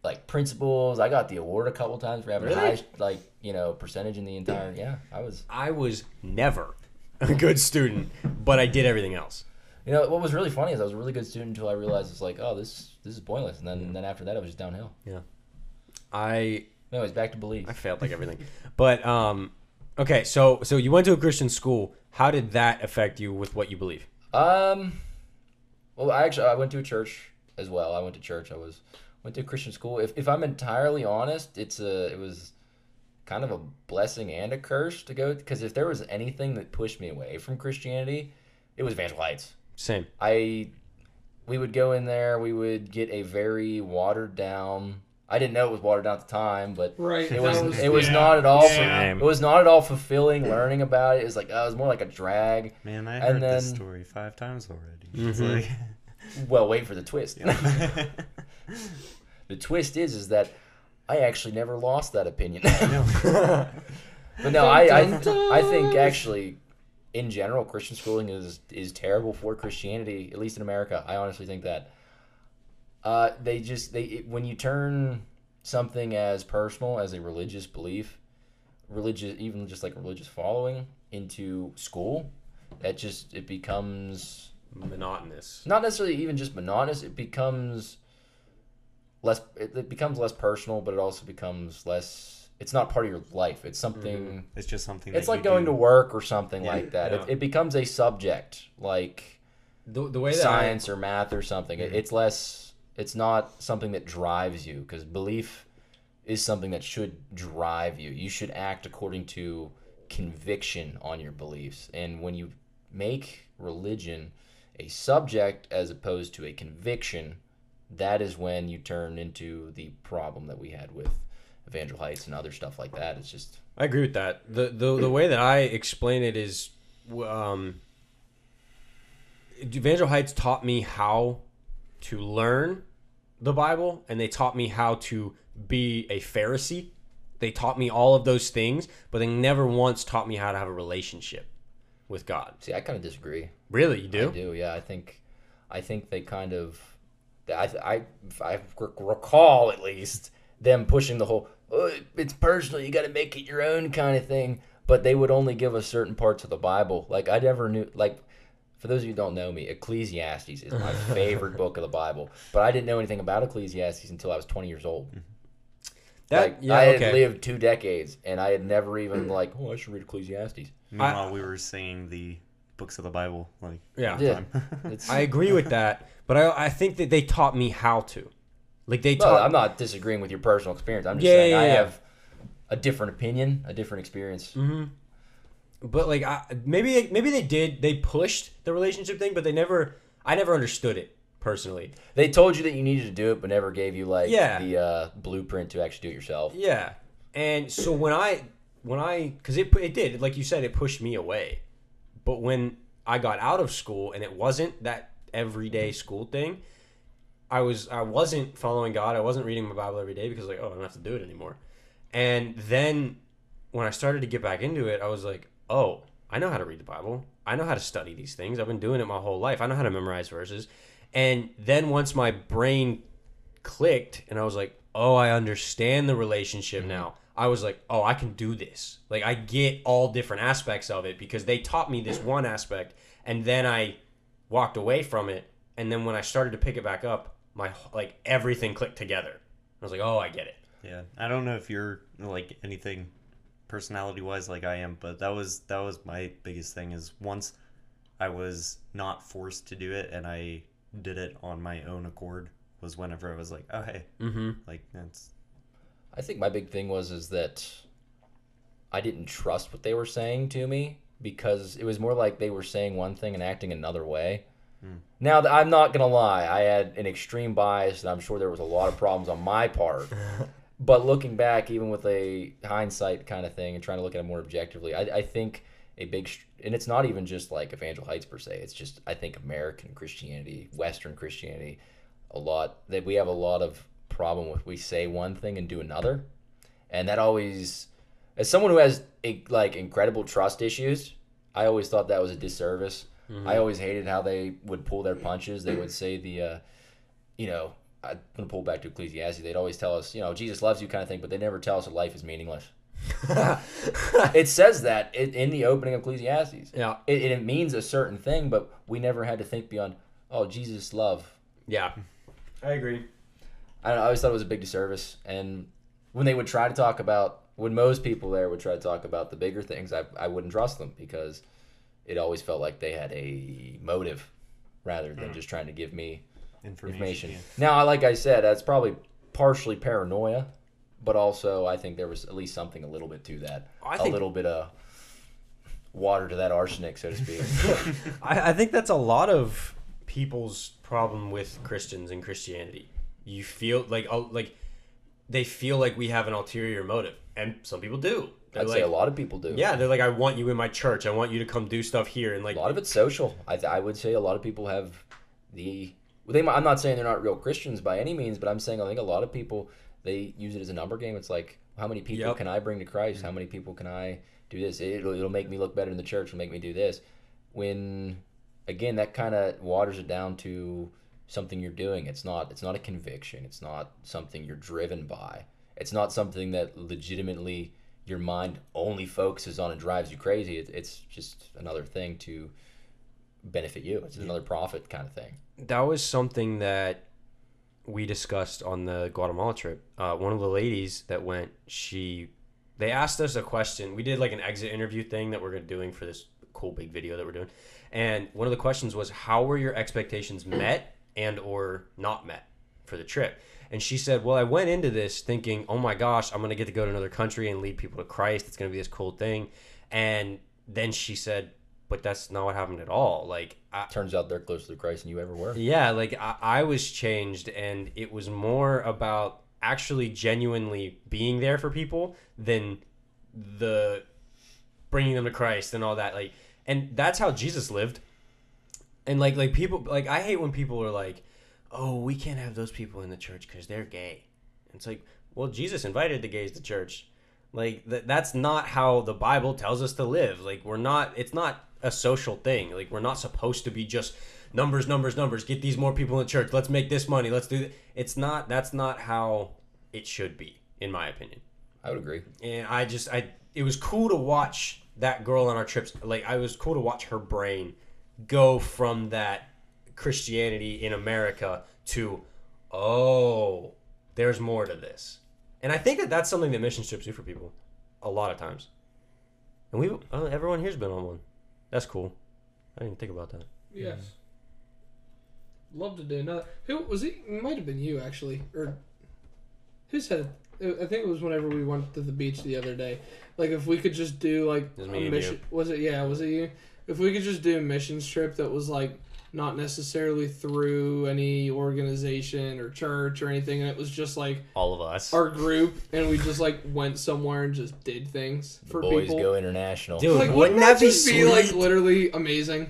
Speaker 2: like principals. I got the award a couple times for having a high like you know percentage in the entire. Yeah, I was.
Speaker 5: I was never a good student, but I did everything else.
Speaker 2: You know what was really funny is I was a really good student until I realized it's like oh this this is pointless, and then and then after that it was just downhill.
Speaker 5: I
Speaker 2: Anyways, back to belief.
Speaker 5: I failed like everything. But um, okay, so so you went to a Christian school. How did that affect you with what you believe?
Speaker 2: Um, well, I actually I went to a church as well. I went to church. I was went to a Christian school. If if I'm entirely honest, it's a it was kind of a blessing and a curse to go because if there was anything that pushed me away from Christianity, it was Vantage Heights.
Speaker 5: Same.
Speaker 2: I we would go in there. We would get a very watered down. I didn't know it was watered down at the time, but
Speaker 4: Right,
Speaker 2: it
Speaker 4: that
Speaker 2: was,
Speaker 4: was-
Speaker 2: it was
Speaker 4: yeah.
Speaker 2: not at all.
Speaker 1: Same.
Speaker 2: It was not at all fulfilling. Learning about it, it was like oh, it was more like a drag.
Speaker 3: Man, I
Speaker 2: And
Speaker 3: heard this
Speaker 2: then-
Speaker 3: story five times already. It's like,
Speaker 2: Well, wait for the twist. the twist is is that I actually never lost that opinion. but no, I I, I think actually in general Christian schooling is is terrible for Christianity, at least in America. I honestly think that. Uh, they just they it, when you turn something as personal as a religious belief, religious even just like religious following into school, that just it becomes
Speaker 5: Monotonous.
Speaker 2: not necessarily even just monotonous. It becomes less. It, it becomes less personal, but it also becomes less. It's not part of your life. It's something.
Speaker 3: it's just something.
Speaker 2: It's
Speaker 3: that
Speaker 2: like
Speaker 3: Mm-hmm. you
Speaker 2: going
Speaker 3: do.
Speaker 2: to work or something like that.
Speaker 5: yeah.
Speaker 2: It, it becomes a subject, like
Speaker 5: The, the way that Mm-hmm.
Speaker 2: science or math or something. It, it's less. It's not something that drives you because belief is something that should drive you. You should act according to conviction on your beliefs. And when you make religion a subject as opposed to a conviction, that is when you turn into the problem that we had with Evangel Heights and other stuff like that. It's just
Speaker 5: I, I agree with that. The, the the way that I explain it is, um, Evangel Heights taught me how to learn the Bible, and they taught me how to be a Pharisee. They taught me all of those things, but they never once taught me how to have a relationship with God.
Speaker 2: see, I kind of disagree.
Speaker 5: Really, you do?
Speaker 2: I do, yeah. I think, I think they kind of, I, I, I rec- recall at least them pushing the whole, oh, it's personal, you got to make it your own kind of thing. But they would only give us certain parts of the Bible. Like I never knew, like for those of you who don't know me, Ecclesiastes is my favorite book of the Bible. But I didn't know anything about Ecclesiastes until I was 20 years old.
Speaker 5: That
Speaker 2: like
Speaker 5: yeah,
Speaker 2: I had
Speaker 5: okay.
Speaker 2: lived two decades, and I had never even like, oh, I should read Ecclesiastes.
Speaker 3: Meanwhile, we were singing the books of the Bible. Like,
Speaker 5: yeah.
Speaker 2: Yeah, it's,
Speaker 5: I agree with that, but I, I think that they taught me how to. Like they
Speaker 2: No,
Speaker 5: taught
Speaker 2: I'm not disagreeing with your personal experience. I'm just
Speaker 5: Yeah,
Speaker 2: saying
Speaker 5: yeah,
Speaker 2: I
Speaker 5: yeah. Mm-hmm.
Speaker 2: have a different opinion, a different experience.
Speaker 5: but like I, maybe they, maybe they did they pushed the relationship thing, but they never I never understood it personally.
Speaker 2: They told you that you needed to do it, but never gave you like
Speaker 5: Yeah.
Speaker 2: the uh, blueprint to actually do it yourself.
Speaker 5: Yeah, and so when I when I because it pu- it did like you said it pushed me away, but when I got out of school and it wasn't that everyday school thing, I was I wasn't following God. I wasn't reading my Bible every day because like oh I don't have to do it anymore. And then when I started to get back into it, I was like, oh, I know how to read the Bible. I know how to study these things. I've been doing it my whole life. I know how to memorize verses. And then once my brain clicked and I was like, oh, I understand the relationship
Speaker 2: Mm-hmm.
Speaker 5: now. I was like, oh, I can do this. Like, I get all different aspects of it because they taught me this one aspect and then I walked away from it. And then when I started to pick it back up, my wh- like everything clicked together. I was like, oh, I get it.
Speaker 3: yeah, I don't know if you're like anything personality wise like I am, but that was that was my biggest thing is once I was not forced to do it and I did it on my own accord was whenever I was like, oh hey,
Speaker 5: Mm-hmm.
Speaker 3: like that's
Speaker 2: I think my big thing was is that I didn't trust what they were saying to me because it was more like they were saying one thing and acting another way. Now th- I'm not gonna lie, I had an extreme bias, and I'm sure there was a lot of problems on my part. but looking back, even with a hindsight kind of thing, and trying to look at it more objectively, I, I think a big str- and it's not even just like Evangel Heights per se. It's just I think American Christianity, Western Christianity, a lot that we have a lot of problem with. We say one thing and do another, and that always, as someone who has a, like incredible trust issues, I always thought that was a disservice. I always hated how they would pull their punches. They would say the, uh, you know, I'm gonna pull back to Ecclesiastes. They'd always tell us, you know, Jesus loves you kind of thing, but they never tell us that life is meaningless. it says that in in the opening of Ecclesiastes.
Speaker 5: Yeah.
Speaker 2: It, and it means a certain thing, but we never had to think beyond, oh, Jesus' love.
Speaker 5: Yeah. I agree.
Speaker 2: I, don't know, I always thought it was a big disservice. And when they would try to talk about, when most people there would try to talk about the bigger things, I, I wouldn't trust them because it always felt like they had a motive rather
Speaker 5: Mm.
Speaker 2: than just trying to give me information.
Speaker 3: Information. yeah.
Speaker 2: Now, like I said, that's probably partially paranoia, but also I think there was at least something a little bit to that.
Speaker 5: I
Speaker 2: a
Speaker 5: think-
Speaker 2: little bit of water to that arsenic, so to speak.
Speaker 5: I, I think that's a lot of people's problem with Christians and Christianity. You feel like oh, like they feel like we have an ulterior motive, and some people do. They're
Speaker 2: I'd
Speaker 5: like,
Speaker 2: say a lot of people do.
Speaker 5: Yeah, they're like, I want you in my church. I want you to come do stuff here, and like,
Speaker 2: A lot of it's social. I, th- I would say a lot of people have the. well, They, might- I'm not saying they're not real Christians by any means, but I'm saying I think a lot of people they use it as a number game. It's like how many people
Speaker 5: Yep.
Speaker 2: can I bring to Christ? How many people can I do this? It'll, it'll make me look better in the church. It'll make me do this. When again, that kind of waters it down to something you're doing. It's not. It's not a conviction. It's not something you're driven by. It's not something that legitimately your mind only focuses on and drives you crazy. It, it's just another thing to benefit you. It's another profit kind of thing.
Speaker 5: that was something that we discussed on the Guatemala trip. Uh, one of the ladies that went, she, they asked us a question. We did like an exit interview thing that we're gonna doing for this cool big video that we're doing, and one of the questions was, how were your expectations met and or not met for the trip? And she said, well, I went into this thinking, oh my gosh, I'm gonna get to go to another country and lead people to Christ. It's gonna be this cool thing, and then she said, but that's not what happened at all. Like I,
Speaker 2: Turns out they're closer to Christ than you ever were.
Speaker 5: yeah, like I, I was changed, and it was more about actually genuinely being there for people than the bringing them to Christ and all that. Like, and that's how Jesus lived. And like, like people, like I hate when people are like, "Oh, we can't have those people in the church because they're gay." It's like, well, Jesus invited the gays to church. Like th- that's not how the Bible tells us to live. Like we're not. It's not a social thing. Like we're not supposed to be just numbers, numbers, numbers. Get these more people in the church. Let's make this money. Let's do. Th-. It's not. That's not how it should be, in my opinion.
Speaker 2: I would agree.
Speaker 5: And I just, I. It was cool to watch that girl on our trips. Like I was cool to watch her brain go from that Christianity in America to, oh, there's more to this. And I think that that's something that mission trips do for people, a lot of times. And we, uh, everyone here's been on one. That's cool. I didn't think about that.
Speaker 4: Yes. Love to do another. Who was he? It might have been you actually, or whose head? I think it was whenever we went to the beach the other day. Like if we could just do like
Speaker 5: was me and
Speaker 4: mission. Was it? Yeah, was it you? If we could just do a missions trip that was like not necessarily through any organization or church or anything, and it was just like
Speaker 5: All of us.
Speaker 4: our group, and we just like went somewhere and just did things for
Speaker 2: Boys
Speaker 4: people.
Speaker 2: go international.
Speaker 5: Dude,
Speaker 4: Like,
Speaker 5: wouldn't that be
Speaker 4: just be like
Speaker 5: sweet?
Speaker 4: literally amazing?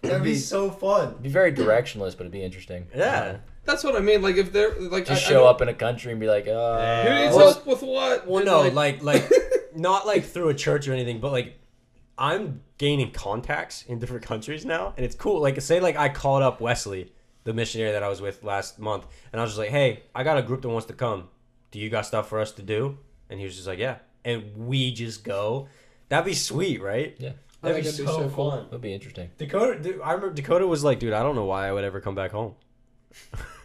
Speaker 2: That'd be
Speaker 5: so fun.
Speaker 2: It'd be very directionless, but it'd be interesting.
Speaker 5: Yeah.
Speaker 4: That's what I mean. Like if they're like
Speaker 2: Just
Speaker 4: I- I
Speaker 2: show
Speaker 4: don't-
Speaker 2: up in a country and be like, uh,
Speaker 4: Who needs
Speaker 5: Well-
Speaker 4: help with what?
Speaker 5: Well,
Speaker 4: And,
Speaker 5: no, like, like, not like through a church or anything, but like, I'm gaining contacts in different countries now, and it's cool. Like, say, like, I called up Wesley, the missionary that I was with last month, and I was just like, hey, I got a group that wants to come. Do you got stuff for us to do? And he was just like, yeah. And we just go. That'd be sweet, right?
Speaker 2: yeah,
Speaker 4: I think it'd be so cool.
Speaker 5: fun.
Speaker 2: it'd be interesting.
Speaker 5: Dakota, dude, I remember Dakota was like, dude, I don't know why I would ever come back home.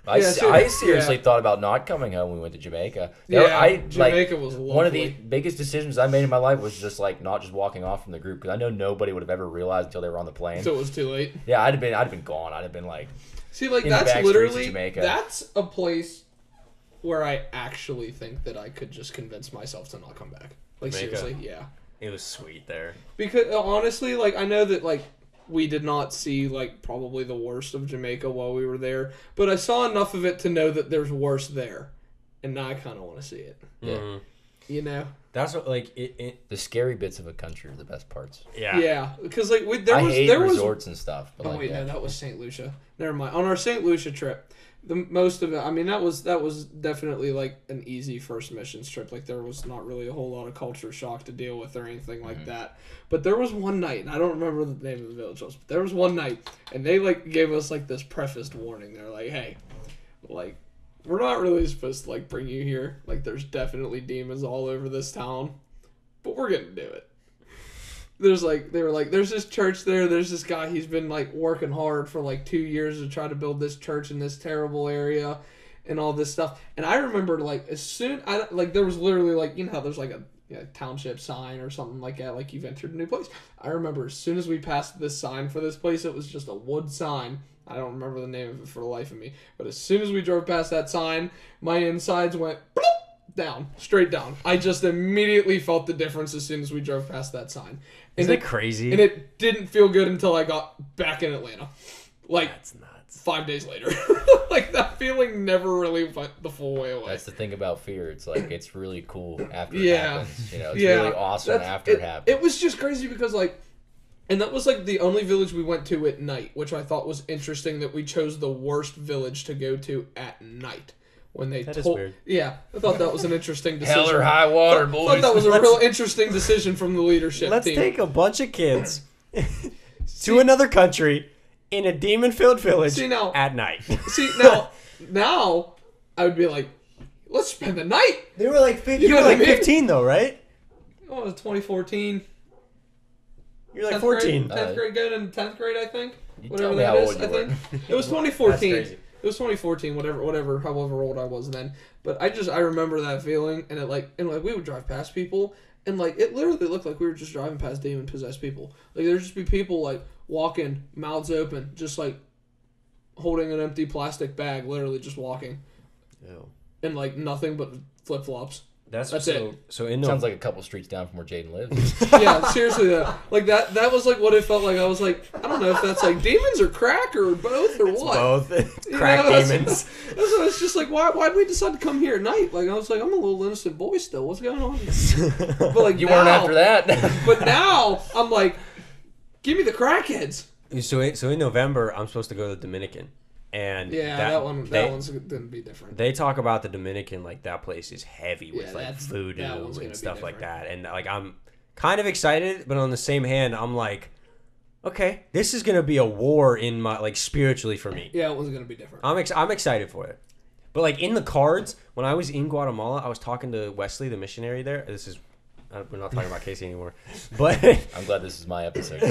Speaker 2: I,
Speaker 4: Yeah,
Speaker 2: se-
Speaker 4: sure.
Speaker 2: I seriously
Speaker 4: Yeah.
Speaker 2: thought about not coming home when we went to Jamaica.
Speaker 4: yeah,
Speaker 2: There- I, like,
Speaker 4: Jamaica was lovely.
Speaker 2: one of the biggest decisions I made in my life was just like not just walking off from the group because I know nobody would have ever realized until they were on the plane.
Speaker 4: so it was too late.
Speaker 2: yeah, I'd have been, I'd have been gone. I'd have been like,
Speaker 4: See, like
Speaker 2: In the back
Speaker 4: that's
Speaker 2: streets of
Speaker 4: literally
Speaker 2: Jamaica.
Speaker 4: that's a place where I actually think that I could just convince myself to not come back. Like
Speaker 5: Jamaica.
Speaker 4: seriously, yeah.
Speaker 5: It was sweet there.
Speaker 4: Because uh, honestly, like I know that like we did not see like probably the worst of Jamaica while we were there, but I saw enough of it to know that there's worse there, and now I kind of want to see it.
Speaker 2: Yeah.
Speaker 5: Mhm.
Speaker 4: You know?
Speaker 5: That's what like it. it
Speaker 2: The scary bits of a country are the best parts.
Speaker 5: yeah.
Speaker 4: Yeah, because like we, there
Speaker 2: I
Speaker 4: was
Speaker 2: hate
Speaker 4: there was.
Speaker 2: resorts and stuff, but
Speaker 4: Oh
Speaker 2: like
Speaker 4: wait,
Speaker 2: yeah.
Speaker 4: no, that was Saint Lucia. Never mind. On our Saint Lucia trip, the most of it. I mean, that was that was definitely like an easy first missions trip. Like there was not really a whole lot of culture shock to deal with or anything
Speaker 2: Mm-hmm.
Speaker 4: like that. But there was one night, and I don't remember the name of the village was, but there was one night, and they like gave us like this prefaced warning. They're like, hey, like. We're not really supposed to like bring you here. Like, there's definitely demons all over this town, but we're gonna do it there's like they were like there's this church there there's this guy he's been like working hard for like two years to try to build this church in this terrible area and all this stuff and i remember like as soon i like there was literally like you know how there's like a you know, township sign or something like that like you've entered a new place i remember as soon as we passed this sign for this place it was just a wood sign i don't remember the name of it for the life of me but as soon as we drove past that sign my insides went bloop down, straight down. I just immediately felt the difference as soon as we drove past that sign.
Speaker 5: Isn't
Speaker 4: and
Speaker 5: it crazy?
Speaker 4: And it didn't feel good until I got back in Atlanta. Like
Speaker 5: That's nuts.
Speaker 4: five days later. like that feeling never really went the full way away.
Speaker 2: That's the thing about fear. It's like it's really cool after it
Speaker 4: Yeah.
Speaker 2: happens. You know, it's
Speaker 4: yeah,
Speaker 2: really awesome
Speaker 4: that's-
Speaker 2: after it, happens.
Speaker 4: It was just crazy because like, and that was like the only village we went to at night, which I thought was interesting that we chose the worst village to go to at night. When they
Speaker 5: That is
Speaker 4: told,
Speaker 5: weird.
Speaker 4: yeah, I thought that was an interesting decision.
Speaker 2: Hell or high water,
Speaker 4: I
Speaker 2: boys.
Speaker 4: thought that was a
Speaker 5: Let's-
Speaker 4: real interesting decision from the leadership
Speaker 5: Let's
Speaker 4: team.
Speaker 5: take a bunch of kids to another country in a demon-filled village
Speaker 4: See, now-
Speaker 5: at night.
Speaker 4: See now, now I would be like, let's spend the night.
Speaker 5: they were like fif- you
Speaker 4: know
Speaker 5: were
Speaker 4: what I
Speaker 5: like
Speaker 4: mean?
Speaker 5: 15 though, right?
Speaker 4: Oh, it was 2014.
Speaker 5: You're like
Speaker 4: 10th
Speaker 5: 14.
Speaker 4: Grade, 10th grade good and 10th grade, I think. Whatever
Speaker 2: tell me
Speaker 4: that
Speaker 2: how
Speaker 4: is,
Speaker 2: old you
Speaker 4: I
Speaker 2: were.
Speaker 4: think. It was 2014.
Speaker 5: That's crazy.
Speaker 4: It was 2014, whatever, whatever, however old I was then. But I just, I remember that feeling, and it like, and like, we would drive past people, and like, it literally looked like we were just driving past demon possessed people. Like, there'd just be people like walking, mouths open, just like holding an empty plastic bag, literally just walking, and like nothing but flip flops.
Speaker 5: That's,
Speaker 4: That's
Speaker 5: so, So in
Speaker 2: Sounds
Speaker 5: November,
Speaker 2: like a couple streets down from where Jaden lives.
Speaker 4: yeah, seriously though. Like that that was like what it felt like. I was like, I don't know if that's like demons or crack or both or what.
Speaker 5: both
Speaker 4: You
Speaker 5: crack
Speaker 4: know, that's-
Speaker 5: demons.
Speaker 4: That's what I was just like, why why'd we decide to come here at night? Like I was like, I'm a little innocent boy still. What's going on? But like
Speaker 2: You
Speaker 4: now,
Speaker 2: weren't after that.
Speaker 4: But now I'm like, give me the crackheads.
Speaker 5: So in, so in November, I'm supposed to go to the Dominican, and
Speaker 4: Yeah, that, one that
Speaker 5: they-
Speaker 4: one's gonna be different.
Speaker 5: They talk about the Dominican like that place is heavy with
Speaker 4: Yeah,
Speaker 5: like
Speaker 4: that's-
Speaker 5: voodoo
Speaker 4: that one's gonna
Speaker 5: and
Speaker 4: be
Speaker 5: stuff like
Speaker 4: different.
Speaker 5: that, and like I'm kind of excited, but on the same hand, I'm like, okay, this is gonna be a war in my like spiritually for me.
Speaker 4: Yeah, it was gonna be different.
Speaker 2: Um,
Speaker 5: I'm ex- I'm excited for it. But like in the cards, when I was in Guatemala, I was talking to Wesley, the missionary there. This is uh, we're not talking about Casey anymore, but
Speaker 2: I'm glad this is my episode.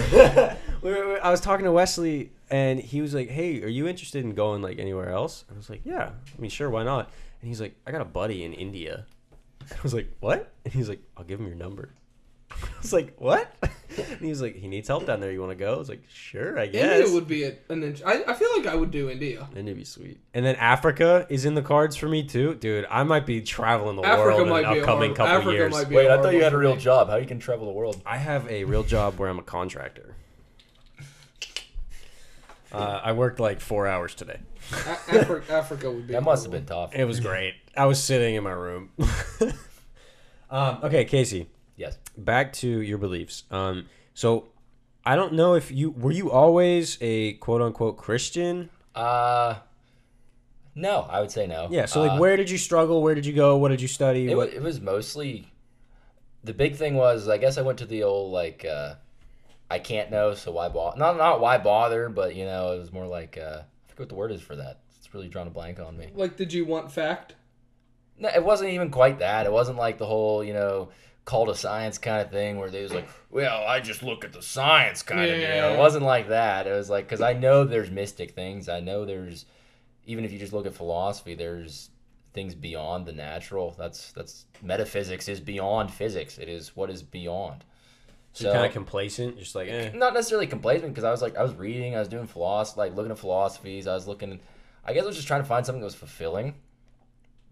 Speaker 5: we were- we- I was talking to Wesley, and he was like, "Hey, are you interested in going like anywhere else?" I was like, "Yeah, I mean, sure, why not?" And he's like, "I got a buddy in India." I was like, "What?" And he's like, "I'll give him your number." I was like, "What?" And he was like, "He needs help down there. You want to go?" I was like, "Sure, I guess."
Speaker 4: India would be a, an. int- I, I feel like I would do India.
Speaker 5: That'd be sweet. And then Africa is in the cards for me too, dude. I might be traveling the
Speaker 4: Africa
Speaker 5: world in
Speaker 4: might
Speaker 5: the
Speaker 4: be a hard-
Speaker 5: upcoming couple
Speaker 4: Africa
Speaker 5: years.
Speaker 4: might be
Speaker 2: Wait, I thought you had a
Speaker 4: horrible
Speaker 2: real
Speaker 4: for me.
Speaker 2: job. How you can travel the world?
Speaker 5: I have a real job where I'm a contractor. Uh, I worked like four hours today.
Speaker 4: A- Afri- Africa would be.
Speaker 2: That must have
Speaker 4: horrible.
Speaker 2: been tough.
Speaker 5: It was great. I was sitting in my room. um, okay, Casey,
Speaker 2: Yes.
Speaker 5: back to your beliefs. Um, so I don't know if you were you always a quote unquote Christian.
Speaker 2: Uh, no, I would say no.
Speaker 5: Yeah. So like,
Speaker 2: Uh,
Speaker 5: where did you struggle? Where did you go? What did you study?
Speaker 2: it, wa-
Speaker 5: What?
Speaker 2: it was mostly the big thing was I guess I went to the old like uh, I can't know, so why bother? Not not why bother, but you know it was more like uh, I forget what the word is for that. It's really drawn a blank on me.
Speaker 4: Like, did you want fact?
Speaker 2: No, it wasn't even quite that. It wasn't like the whole you know call to science kind of thing where they was like, well, I just look at the science kind of. You know,
Speaker 4: Yeah.
Speaker 2: it wasn't like that. It was like because I know there's mystic things. I know there's even if you just look at philosophy, there's things beyond the natural. That's that's metaphysics is beyond physics. It is what is beyond.
Speaker 5: So kind of complacent, just like eh.
Speaker 2: not necessarily complacent because I was like I was reading, I was doing philosophy, like looking at philosophies. I was looking, I guess I was just trying to find something that was fulfilling,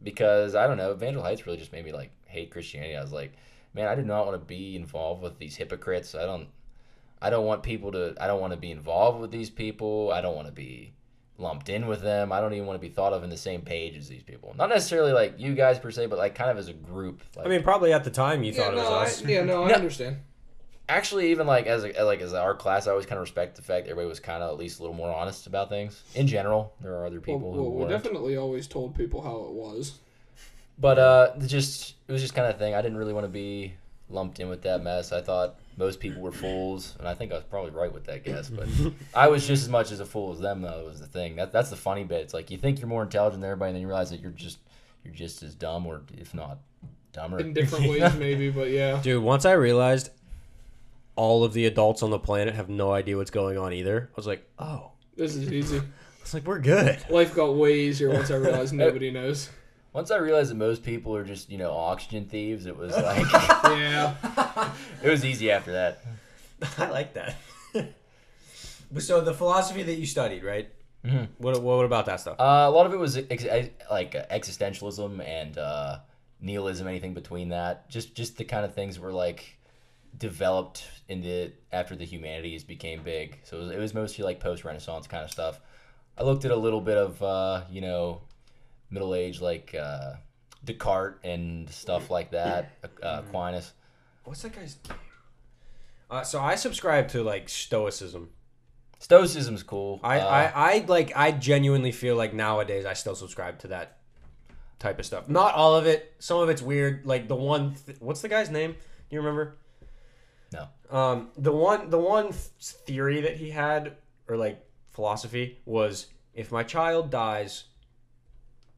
Speaker 2: because I don't know, Evangel Heights really just made me like hate Christianity. I was like, man, I do not want to be involved with these hypocrites. I don't, I don't want people to. I don't want to be involved with these people. I don't want to be lumped in with them. I don't even want to be thought of in the same page as these people. Not necessarily like you guys per se, but like kind of as a group. Like,
Speaker 5: I mean, probably at the time you
Speaker 4: Yeah,
Speaker 5: thought it was
Speaker 4: no, I,
Speaker 5: us.
Speaker 4: yeah, no, I
Speaker 2: No.
Speaker 4: understand.
Speaker 2: actually, even like as a, like as our class, I always kind of respect the fact everybody was kind of at least a little more honest about things in general. There are other people
Speaker 4: Well,
Speaker 2: who
Speaker 4: well, we
Speaker 2: weren't.
Speaker 4: definitely always told people how it was.
Speaker 2: But uh, it just it was just kind of thing. I didn't really want to be lumped in with that mess. I thought most people were fools, and I think I was probably right with that guess. But I was just as much as a fool as them, though. Was the thing that that's the funny bit. It's like you think you're more intelligent than everybody, and then you realize that you're just you're just as dumb, or if not dumber.
Speaker 4: In different ways, maybe, but yeah.
Speaker 5: Dude, once I realized all of the adults on the planet have no idea what's going on either, I was like, oh,
Speaker 4: This is easy.
Speaker 5: it's like we're good.
Speaker 4: Life got way easier once I realized nobody knows.
Speaker 2: Once I realized that most people are just you know oxygen thieves, it was like
Speaker 4: Yeah.
Speaker 2: it was easy after that.
Speaker 5: I like that. But so the philosophy that you studied, right? What, what about that stuff?
Speaker 2: Uh, a lot of it was ex- ex- like uh, existentialism and uh, nihilism, anything between that. Just just the kind of things were like developed in the after the humanities became big. So it was, it was mostly like post Renaissance kind of stuff. I looked at a little bit of uh, you know middle age like uh, Descartes and stuff like that. Uh, Aquinas.
Speaker 5: What's that guy's name? Uh, so I subscribe to like Stoicism.
Speaker 2: Stoicism's cool.
Speaker 5: I,
Speaker 2: Uh,
Speaker 5: I, I like I genuinely feel like nowadays I still subscribe to that type of stuff. Not all of it. Some of it's weird. Like the one, th- what's the guy's name? Do you remember?
Speaker 2: No.
Speaker 5: Um, the one, the one th- theory that he had, or like philosophy, was if my child dies,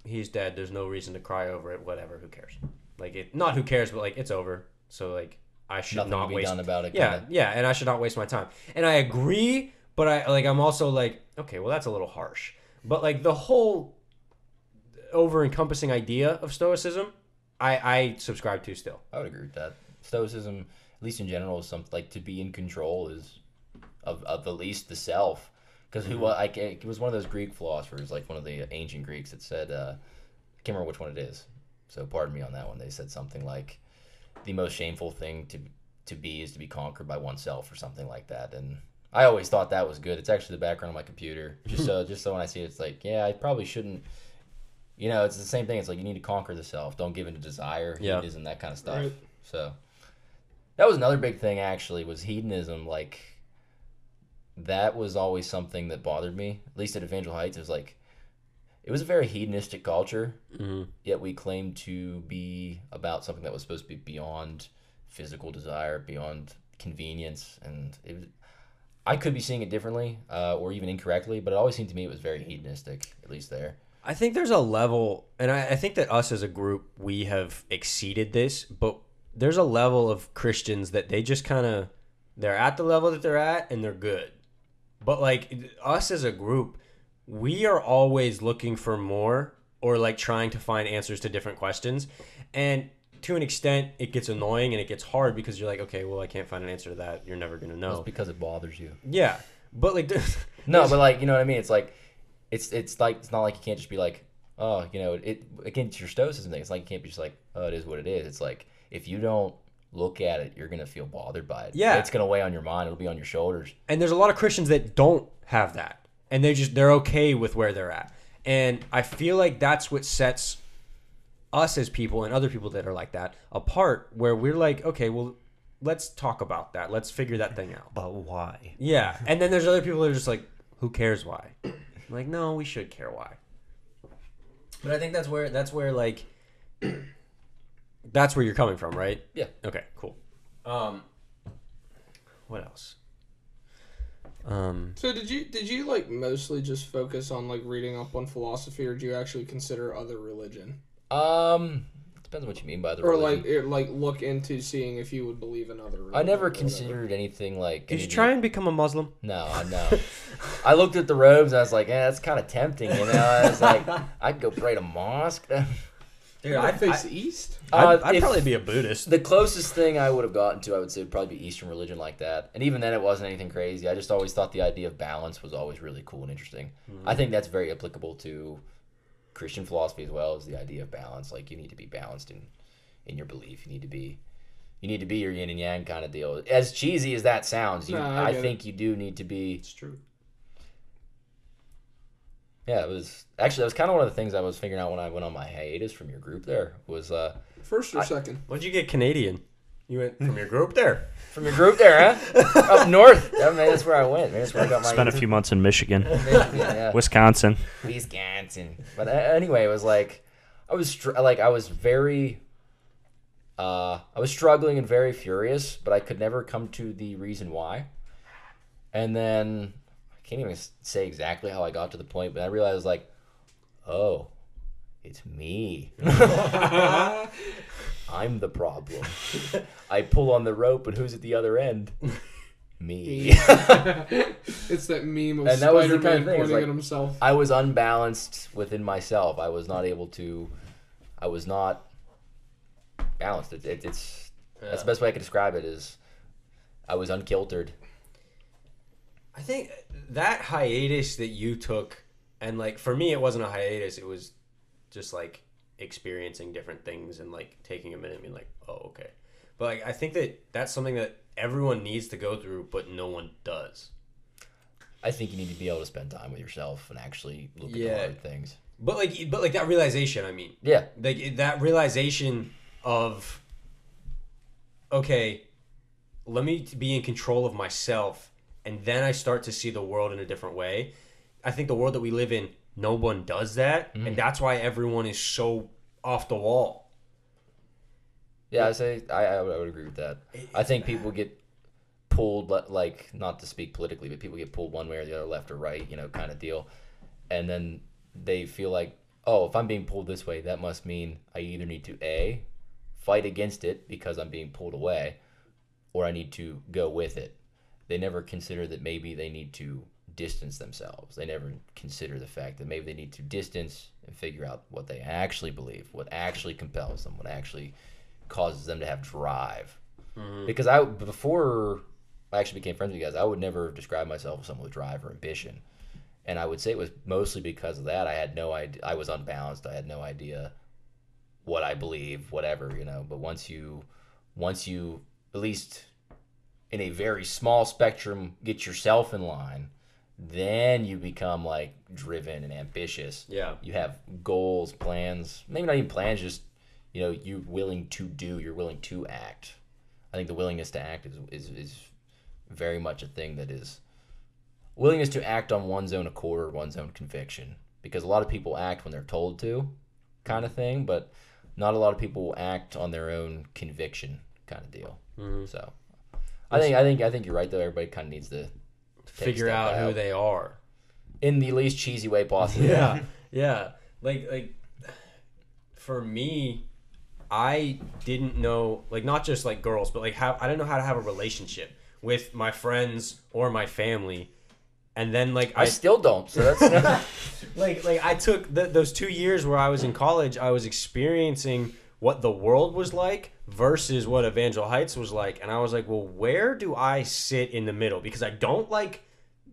Speaker 5: he's dead. There's no reason to cry over it. Whatever. Who cares? Like it. Not who cares, but like it's over. So like I should
Speaker 2: nothing
Speaker 5: not
Speaker 2: to be
Speaker 5: waste
Speaker 2: done about it.
Speaker 5: yeah,
Speaker 2: kinda.
Speaker 5: yeah, and I should not waste my time. And I agree, but I like I'm also like, okay, well that's a little harsh. But like the whole over encompassing idea of stoicism, I I subscribe to still.
Speaker 2: I would agree with that. Stoicism, at least in general, is something like to be in control is of, of the least the self. Because who wa- I can't- it was one of those Greek philosophers, like one of the ancient Greeks, that said, uh, I can't remember which one it is. So pardon me on that one. They said something like, "The most shameful thing to to be is to be conquered by oneself," or something like that. And I always thought that was good. It's actually the background of my computer, just so just so when I see it, it's like, yeah, I probably shouldn't. You know, it's the same thing. It's like you need to conquer the self. Don't give in to desire,
Speaker 5: Yeah.
Speaker 2: hedonism, that kind of stuff.
Speaker 4: Right.
Speaker 2: So that was another big thing actually was hedonism. Like that was always something that bothered me. At least at Evangel Heights, it was like it was a very hedonistic culture yet we claim to be about something that was supposed to be beyond physical desire, beyond convenience, and it was, I could be seeing it differently uh, or even incorrectly, but it always seemed to me it was very hedonistic, at least there.
Speaker 5: I think there's a level, and I, I think that us as a group we have exceeded this, but there's a level of Christians that they just kind of they're at the level that they're at and they're good. But like us as a group, we are always looking for more or like trying to find answers to different questions. And to an extent, it gets annoying and it gets hard because you're like, okay, well, I can't find an answer to that. You're never going to know.
Speaker 2: It's because it bothers you.
Speaker 5: Yeah. But like,
Speaker 2: No, but like you know what I mean. It's like, it's it's like it's not like you can't just be like, oh, you know, it again. It's your stoicism thing. It's like you can't be just like, oh, it is what it is. It's like if you don't look at it, you're gonna feel bothered by it.
Speaker 5: Yeah.
Speaker 2: it's gonna weigh on your mind. It'll be on your shoulders.
Speaker 5: and there's a lot of Christians that don't have that, and they just they're okay with where they're at. And I feel like that's what sets us as people and other people that are like that apart, where we're like, okay, well, let's talk about that, let's figure that thing out.
Speaker 3: But why?
Speaker 5: Yeah, and then there's other people that are just like, who cares why? I'm like, no, we should care why. But I think that's where that's where like that's where you're coming from, right?
Speaker 2: Yeah.
Speaker 5: Okay, cool. Um, what else? Um,
Speaker 4: So did you did you like mostly just focus on like reading up on philosophy, or do you actually consider other religion,
Speaker 2: Um, depends on what you mean by the.
Speaker 4: or
Speaker 2: religion.
Speaker 4: like it, like look into seeing if you would believe in other? Religion
Speaker 2: I
Speaker 4: or
Speaker 2: never
Speaker 4: whatever?
Speaker 2: considered anything like.
Speaker 5: Did you
Speaker 2: any-
Speaker 5: try and become a Muslim?
Speaker 2: No, I know. I looked at the robes. and I was like, "Yeah, that's kind of tempting," you know. I was like, "I could go pray to mosque." uh,
Speaker 5: Dude,
Speaker 4: I face east.
Speaker 2: if-
Speaker 5: be a Buddhist.
Speaker 2: the closest thing I would have gotten to, I would say, would probably be Eastern religion like that. And even then, it wasn't anything crazy. I just always thought the idea of balance was always really cool and interesting.
Speaker 4: Mm-hmm.
Speaker 2: I think that's very applicable to Christian philosophy as well as the idea of balance. Like you need to be balanced in in your belief. You need to be You need to be your yin and yang kind of deal. As cheesy as that sounds, you,
Speaker 4: No, I
Speaker 2: I,
Speaker 4: get it.
Speaker 2: think you do need to be.
Speaker 5: It's true.
Speaker 2: Yeah, it was actually that was kind of one of the things I was figuring out when I went on my hiatus from your group. There was uh
Speaker 4: First or second?
Speaker 5: What'd you get Canadian? You went from your group there.
Speaker 2: from your group there, huh? Up north. Yeah, maybe that's where I went. Maybe that's where I got my.
Speaker 1: Spent a few months in Michigan,
Speaker 2: yeah, yeah.
Speaker 1: Wisconsin.
Speaker 2: Wisconsin. But uh, anyway, it was like I was str- like I was very uh I was struggling and very furious, but I could never come to the reason why. And then I can't even s- say exactly how I got to the point, but I realized like oh, it's me. I'm the problem. I pull on the rope and who's at the other end? Me.
Speaker 4: It's that meme of
Speaker 2: And that was the kind of
Speaker 4: Spider-Man
Speaker 2: thing, it's
Speaker 4: pointing
Speaker 2: like-
Speaker 4: at himself.
Speaker 2: I was unbalanced within myself. I was not able to. I was not balanced. It, it, it's that's the best way I can describe it. Is I was unkiltered.
Speaker 5: I think that hiatus that you took, and like for me, it wasn't a hiatus. It was just like experiencing different things and like taking a minute and being like, oh, okay. But like, I think that that's something that everyone needs to go through, but no one does.
Speaker 2: I think you need to be able to spend time with yourself and actually look at
Speaker 5: Yeah.
Speaker 2: the hard things.
Speaker 5: But like, but like that realization. I mean,
Speaker 2: Yeah,
Speaker 5: like it- that realization of okay let me t- be in control of myself and then i start to see the world in a different way i think the world that we live in no one does that and that's why everyone is so off the wall
Speaker 2: yeah. I say I, I would I would agree with that. I think people get pulled le- like not to speak politically, but people get pulled one way or the other, left or right, you know, kind of deal. And then they feel like, oh, if I'm being pulled this way, that must mean I either need to a fight against it because I'm being pulled away, or I need to go with it. They never consider that maybe they need to distance themselves. They never consider the fact that maybe they need to distance and figure out what they actually believe, what actually compels them, what actually causes them to have drive. Because I before I actually became friends with you guys, I would never describe myself as someone with drive or ambition. And I would say it was mostly because of that. I had no idea. I was unbalanced. I had no idea what I believe, whatever, you know. But once you, once you, at least in a very small spectrum, get yourself in line, then you become like driven and ambitious.
Speaker 5: Yeah.
Speaker 2: You have goals, plans, maybe not even plans, just, you know, you're willing to do, you're willing to act. I think the willingness to act is, is, is very much a thing that is willingness to act on one's own accord or one's own conviction because a lot of people act when they're told to kind of thing but not a lot of people will act on their own conviction kind of deal
Speaker 5: Mm-hmm.
Speaker 2: so i think i think i think you're right though everybody kind of needs to a
Speaker 5: figure
Speaker 2: step
Speaker 5: out who
Speaker 2: out.
Speaker 5: they are
Speaker 2: in the least cheesy way possible
Speaker 5: yeah yeah like like for me i didn't know like not just like girls but like how i didn't know how to have a relationship with my friends or my family and then like
Speaker 2: i
Speaker 5: i
Speaker 2: still don't so that's
Speaker 5: like like i took th those two years where i was in college i was experiencing what the world was like versus what evangel heights was like and i was like well where do i sit in the middle because i don't like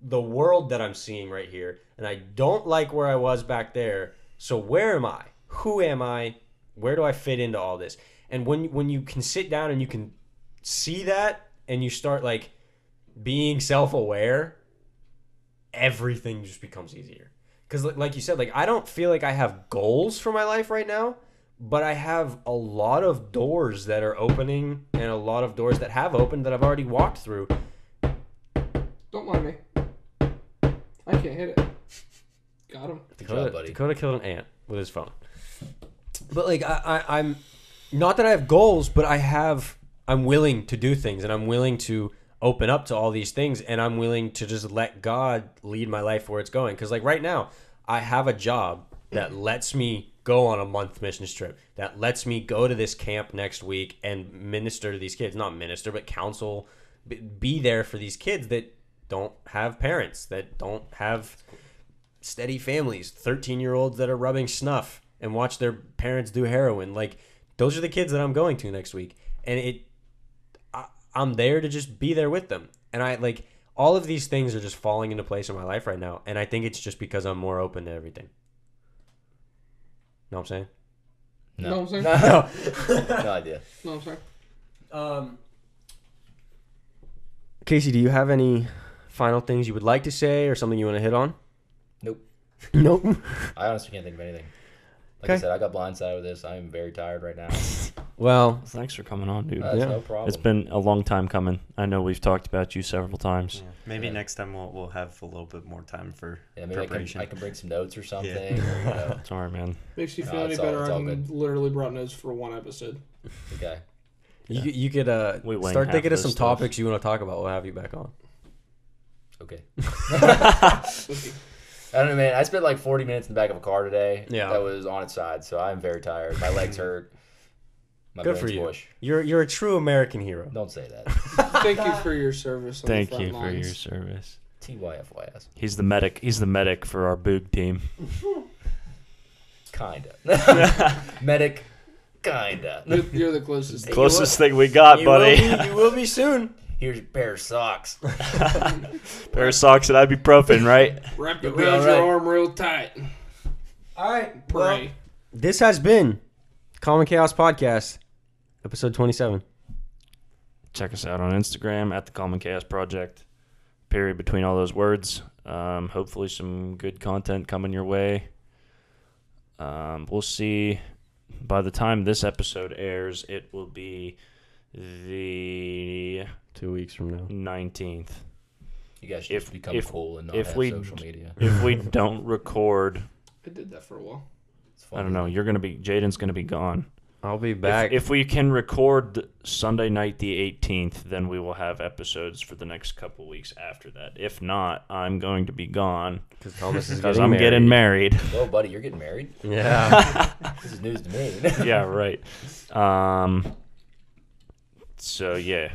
Speaker 5: the world that i'm seeing right here and i don't like where i was back there so where am i who am i where do i fit into all this and when when you can sit down and you can see that and you start like being self-aware everything just becomes easier. Because, like you said, like I don't feel like I have goals for my life right now, but I have a lot of doors that are opening and a lot of doors that have opened that I've already walked through.
Speaker 4: Don't mind me. I can't hit it. Got him.
Speaker 2: good
Speaker 5: Dakota,
Speaker 2: job buddy
Speaker 5: Dakota killed an ant with his phone. But like I, I, I'm not that I have goals, but I have I'm willing to do things and I'm willing to open up to all these things and I'm willing to just let God lead my life where it's going. Cause like right now, I have a job that lets me go on a month missions trip, that lets me go to this camp next week and minister to these kids. Not minister, but counsel be- be there for these kids that don't have parents, that don't have steady families, 13 year olds that are rubbing snuff and watch their parents do heroin. Like, those are the kids that I'm going to next week. And it, I, I'm there to just be there with them. And I like all of these things are just falling into place in my life right now. And I think it's just because I'm more open to everything. Know what I'm saying?
Speaker 4: No, I'm sorry.
Speaker 2: no idea
Speaker 4: No, I'm sorry.
Speaker 5: Um, Casey, do you have any final things you would like to say or something you want to hit on?
Speaker 2: Nope.
Speaker 5: Nope.
Speaker 2: I honestly can't think of anything. Like I
Speaker 5: Okay.
Speaker 2: said, I got blindsided with this. I'm very tired right now. That's
Speaker 5: well,
Speaker 1: Thanks for coming on, dude.
Speaker 5: Yeah.
Speaker 2: Uh, no problem.
Speaker 1: It's been a long time coming. I know we've talked about you several times.
Speaker 3: Yeah, Maybe
Speaker 2: Yeah.
Speaker 3: next time we'll, we'll have a little bit more time for
Speaker 2: yeah, maybe I
Speaker 3: preparation.
Speaker 2: can, I can bring some notes or something.
Speaker 3: Yeah.
Speaker 2: Or, you know,
Speaker 1: Sorry, man.
Speaker 4: Makes you
Speaker 2: No,
Speaker 4: feel any
Speaker 2: it's all-
Speaker 4: better?
Speaker 2: it's
Speaker 4: I
Speaker 2: all
Speaker 4: haven't
Speaker 2: good.
Speaker 4: literally brought notes for one episode.
Speaker 2: okay.
Speaker 5: you, you could uh,
Speaker 1: We wing
Speaker 5: start
Speaker 1: half
Speaker 5: thinking of
Speaker 1: this
Speaker 5: some
Speaker 1: stuff.
Speaker 5: topics you want to talk about. We'll have you back on.
Speaker 2: Okay. I don't know, man. I spent like 40 minutes in the back of a car today.
Speaker 5: Yeah.
Speaker 2: That was on its side, so I'm very tired. My legs hurt. My
Speaker 5: Good for
Speaker 2: brain's
Speaker 5: you.
Speaker 2: mush.
Speaker 5: You're you're a true American hero.
Speaker 2: Don't say that.
Speaker 4: Thank you for your service. On
Speaker 1: Thank
Speaker 4: the front
Speaker 1: you for your
Speaker 4: lines.
Speaker 1: service.
Speaker 2: TYFYS.
Speaker 1: He's the medic. He's the medic for our boog team.
Speaker 2: Kinda. Medic. Kinda.
Speaker 4: You're, you're the closest.
Speaker 1: Closest thing we got,
Speaker 5: You will
Speaker 1: buddy.
Speaker 5: be- you will be soon.
Speaker 2: Here's a pair of socks.
Speaker 1: Pair of socks and ibuprofen, right?
Speaker 4: Wrap it
Speaker 2: You'll be all
Speaker 4: around
Speaker 2: right.
Speaker 4: your arm real tight.
Speaker 5: All right.
Speaker 4: Pray.
Speaker 5: This has been Common Chaos Podcast, episode 27.
Speaker 1: Check us out on Instagram at the Common Chaos Project. Period between all those words. Um, hopefully, some good content coming your way. Um, we'll see. By the time this episode airs, it will be the
Speaker 5: Two weeks from now.
Speaker 1: 19th.
Speaker 2: You guys should
Speaker 1: If-
Speaker 2: just become
Speaker 1: if-
Speaker 2: cool and not
Speaker 1: if
Speaker 2: have
Speaker 1: we-
Speaker 2: social media.
Speaker 1: If we don't record,
Speaker 4: I did that for a while.
Speaker 2: It's
Speaker 1: I
Speaker 2: funny.
Speaker 1: don't know. You're gonna be Jaden's gonna be gone.
Speaker 5: I'll be
Speaker 1: If-
Speaker 5: back.
Speaker 1: If, we can record Sunday night the 18th, then we will have episodes for the next couple weeks after that. If not, I'm going to be gone
Speaker 5: Because Thomas is
Speaker 1: because I'm getting married.
Speaker 2: Whoa, Oh, buddy, you're getting married?
Speaker 5: Yeah.
Speaker 2: This is news to me.
Speaker 1: yeah, right. Um. So yeah,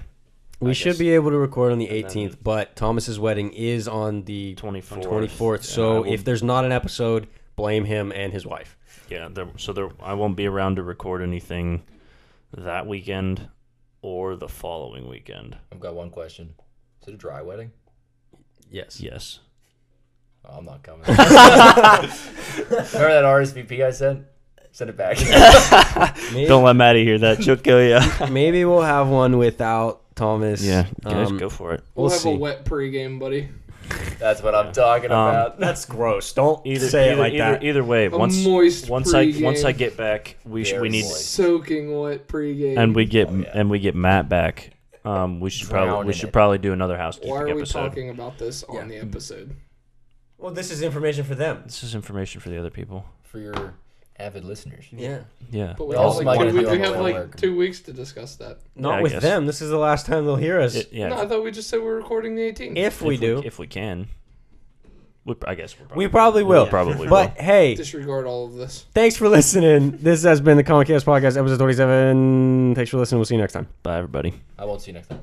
Speaker 5: we
Speaker 1: I
Speaker 5: should
Speaker 1: guess.
Speaker 5: be able to record on the
Speaker 1: And then-
Speaker 5: 18th, but Thomas's wedding is on the
Speaker 1: 24th.
Speaker 5: 24th.
Speaker 1: And I
Speaker 5: So
Speaker 1: will-
Speaker 5: if there's not an episode, blame him and his wife.
Speaker 1: yeah, there, so there, I won't be around to record anything that weekend or the following weekend.
Speaker 2: I've got one question. Is it a dry wedding?
Speaker 5: Yes.
Speaker 1: Yes.
Speaker 2: Oh, I'm not coming. Remember that RSVP I sent? Send it back.
Speaker 5: Maybe,
Speaker 1: Don't let Maddie hear that. She'll kill you.
Speaker 5: maybe we'll have one without Thomas.
Speaker 1: yeah, guys,
Speaker 5: Um,
Speaker 1: go for it.
Speaker 4: We'll
Speaker 5: We'll
Speaker 4: have
Speaker 5: see.
Speaker 4: a wet pregame, buddy.
Speaker 2: That's what I'm talking about.
Speaker 5: That's gross. Don't
Speaker 1: Either
Speaker 5: say
Speaker 1: either,
Speaker 5: it like
Speaker 1: either,
Speaker 5: that.
Speaker 1: either way,
Speaker 4: A
Speaker 1: once
Speaker 4: moist
Speaker 1: once I
Speaker 4: pregame.
Speaker 1: once I get back, we sh- we
Speaker 2: Very
Speaker 1: need
Speaker 2: moist.
Speaker 4: Soaking wet pregame.
Speaker 1: and we
Speaker 4: Oh,
Speaker 1: get
Speaker 2: yeah.
Speaker 1: and we get Matt back. Um, we should probably
Speaker 2: Drown
Speaker 1: we
Speaker 2: in
Speaker 1: should
Speaker 2: it.
Speaker 1: probably do another housekeeping
Speaker 4: Why are we
Speaker 1: episode.
Speaker 4: talking about this on the episode?
Speaker 5: Well, this is information for them.
Speaker 1: This is information for the other people.
Speaker 2: For your avid listeners.
Speaker 5: Yeah.
Speaker 1: Yeah.
Speaker 4: But we,
Speaker 2: They
Speaker 4: have
Speaker 2: also
Speaker 4: like,
Speaker 2: might
Speaker 4: two,
Speaker 2: be
Speaker 4: weeks,
Speaker 2: on
Speaker 4: we
Speaker 2: the
Speaker 4: have
Speaker 2: way
Speaker 4: like
Speaker 2: work.
Speaker 4: two weeks to discuss that.
Speaker 5: Not
Speaker 1: Yeah, I
Speaker 5: with
Speaker 1: guess.
Speaker 5: them. This is the last time they'll hear us.
Speaker 1: It- yeah.
Speaker 4: No, I thought we just said we were recording the 18th.
Speaker 5: if we
Speaker 1: if
Speaker 5: do,
Speaker 1: if we can. We, I guess we'll
Speaker 5: we probably will.
Speaker 1: probably
Speaker 5: But hey,
Speaker 4: Disregard all of this.
Speaker 5: thanks for listening. This has been the Comic Chaos Podcast, episode 27. Thanks for listening. We'll see you next time.
Speaker 1: Bye, everybody.
Speaker 2: I won't see you next time.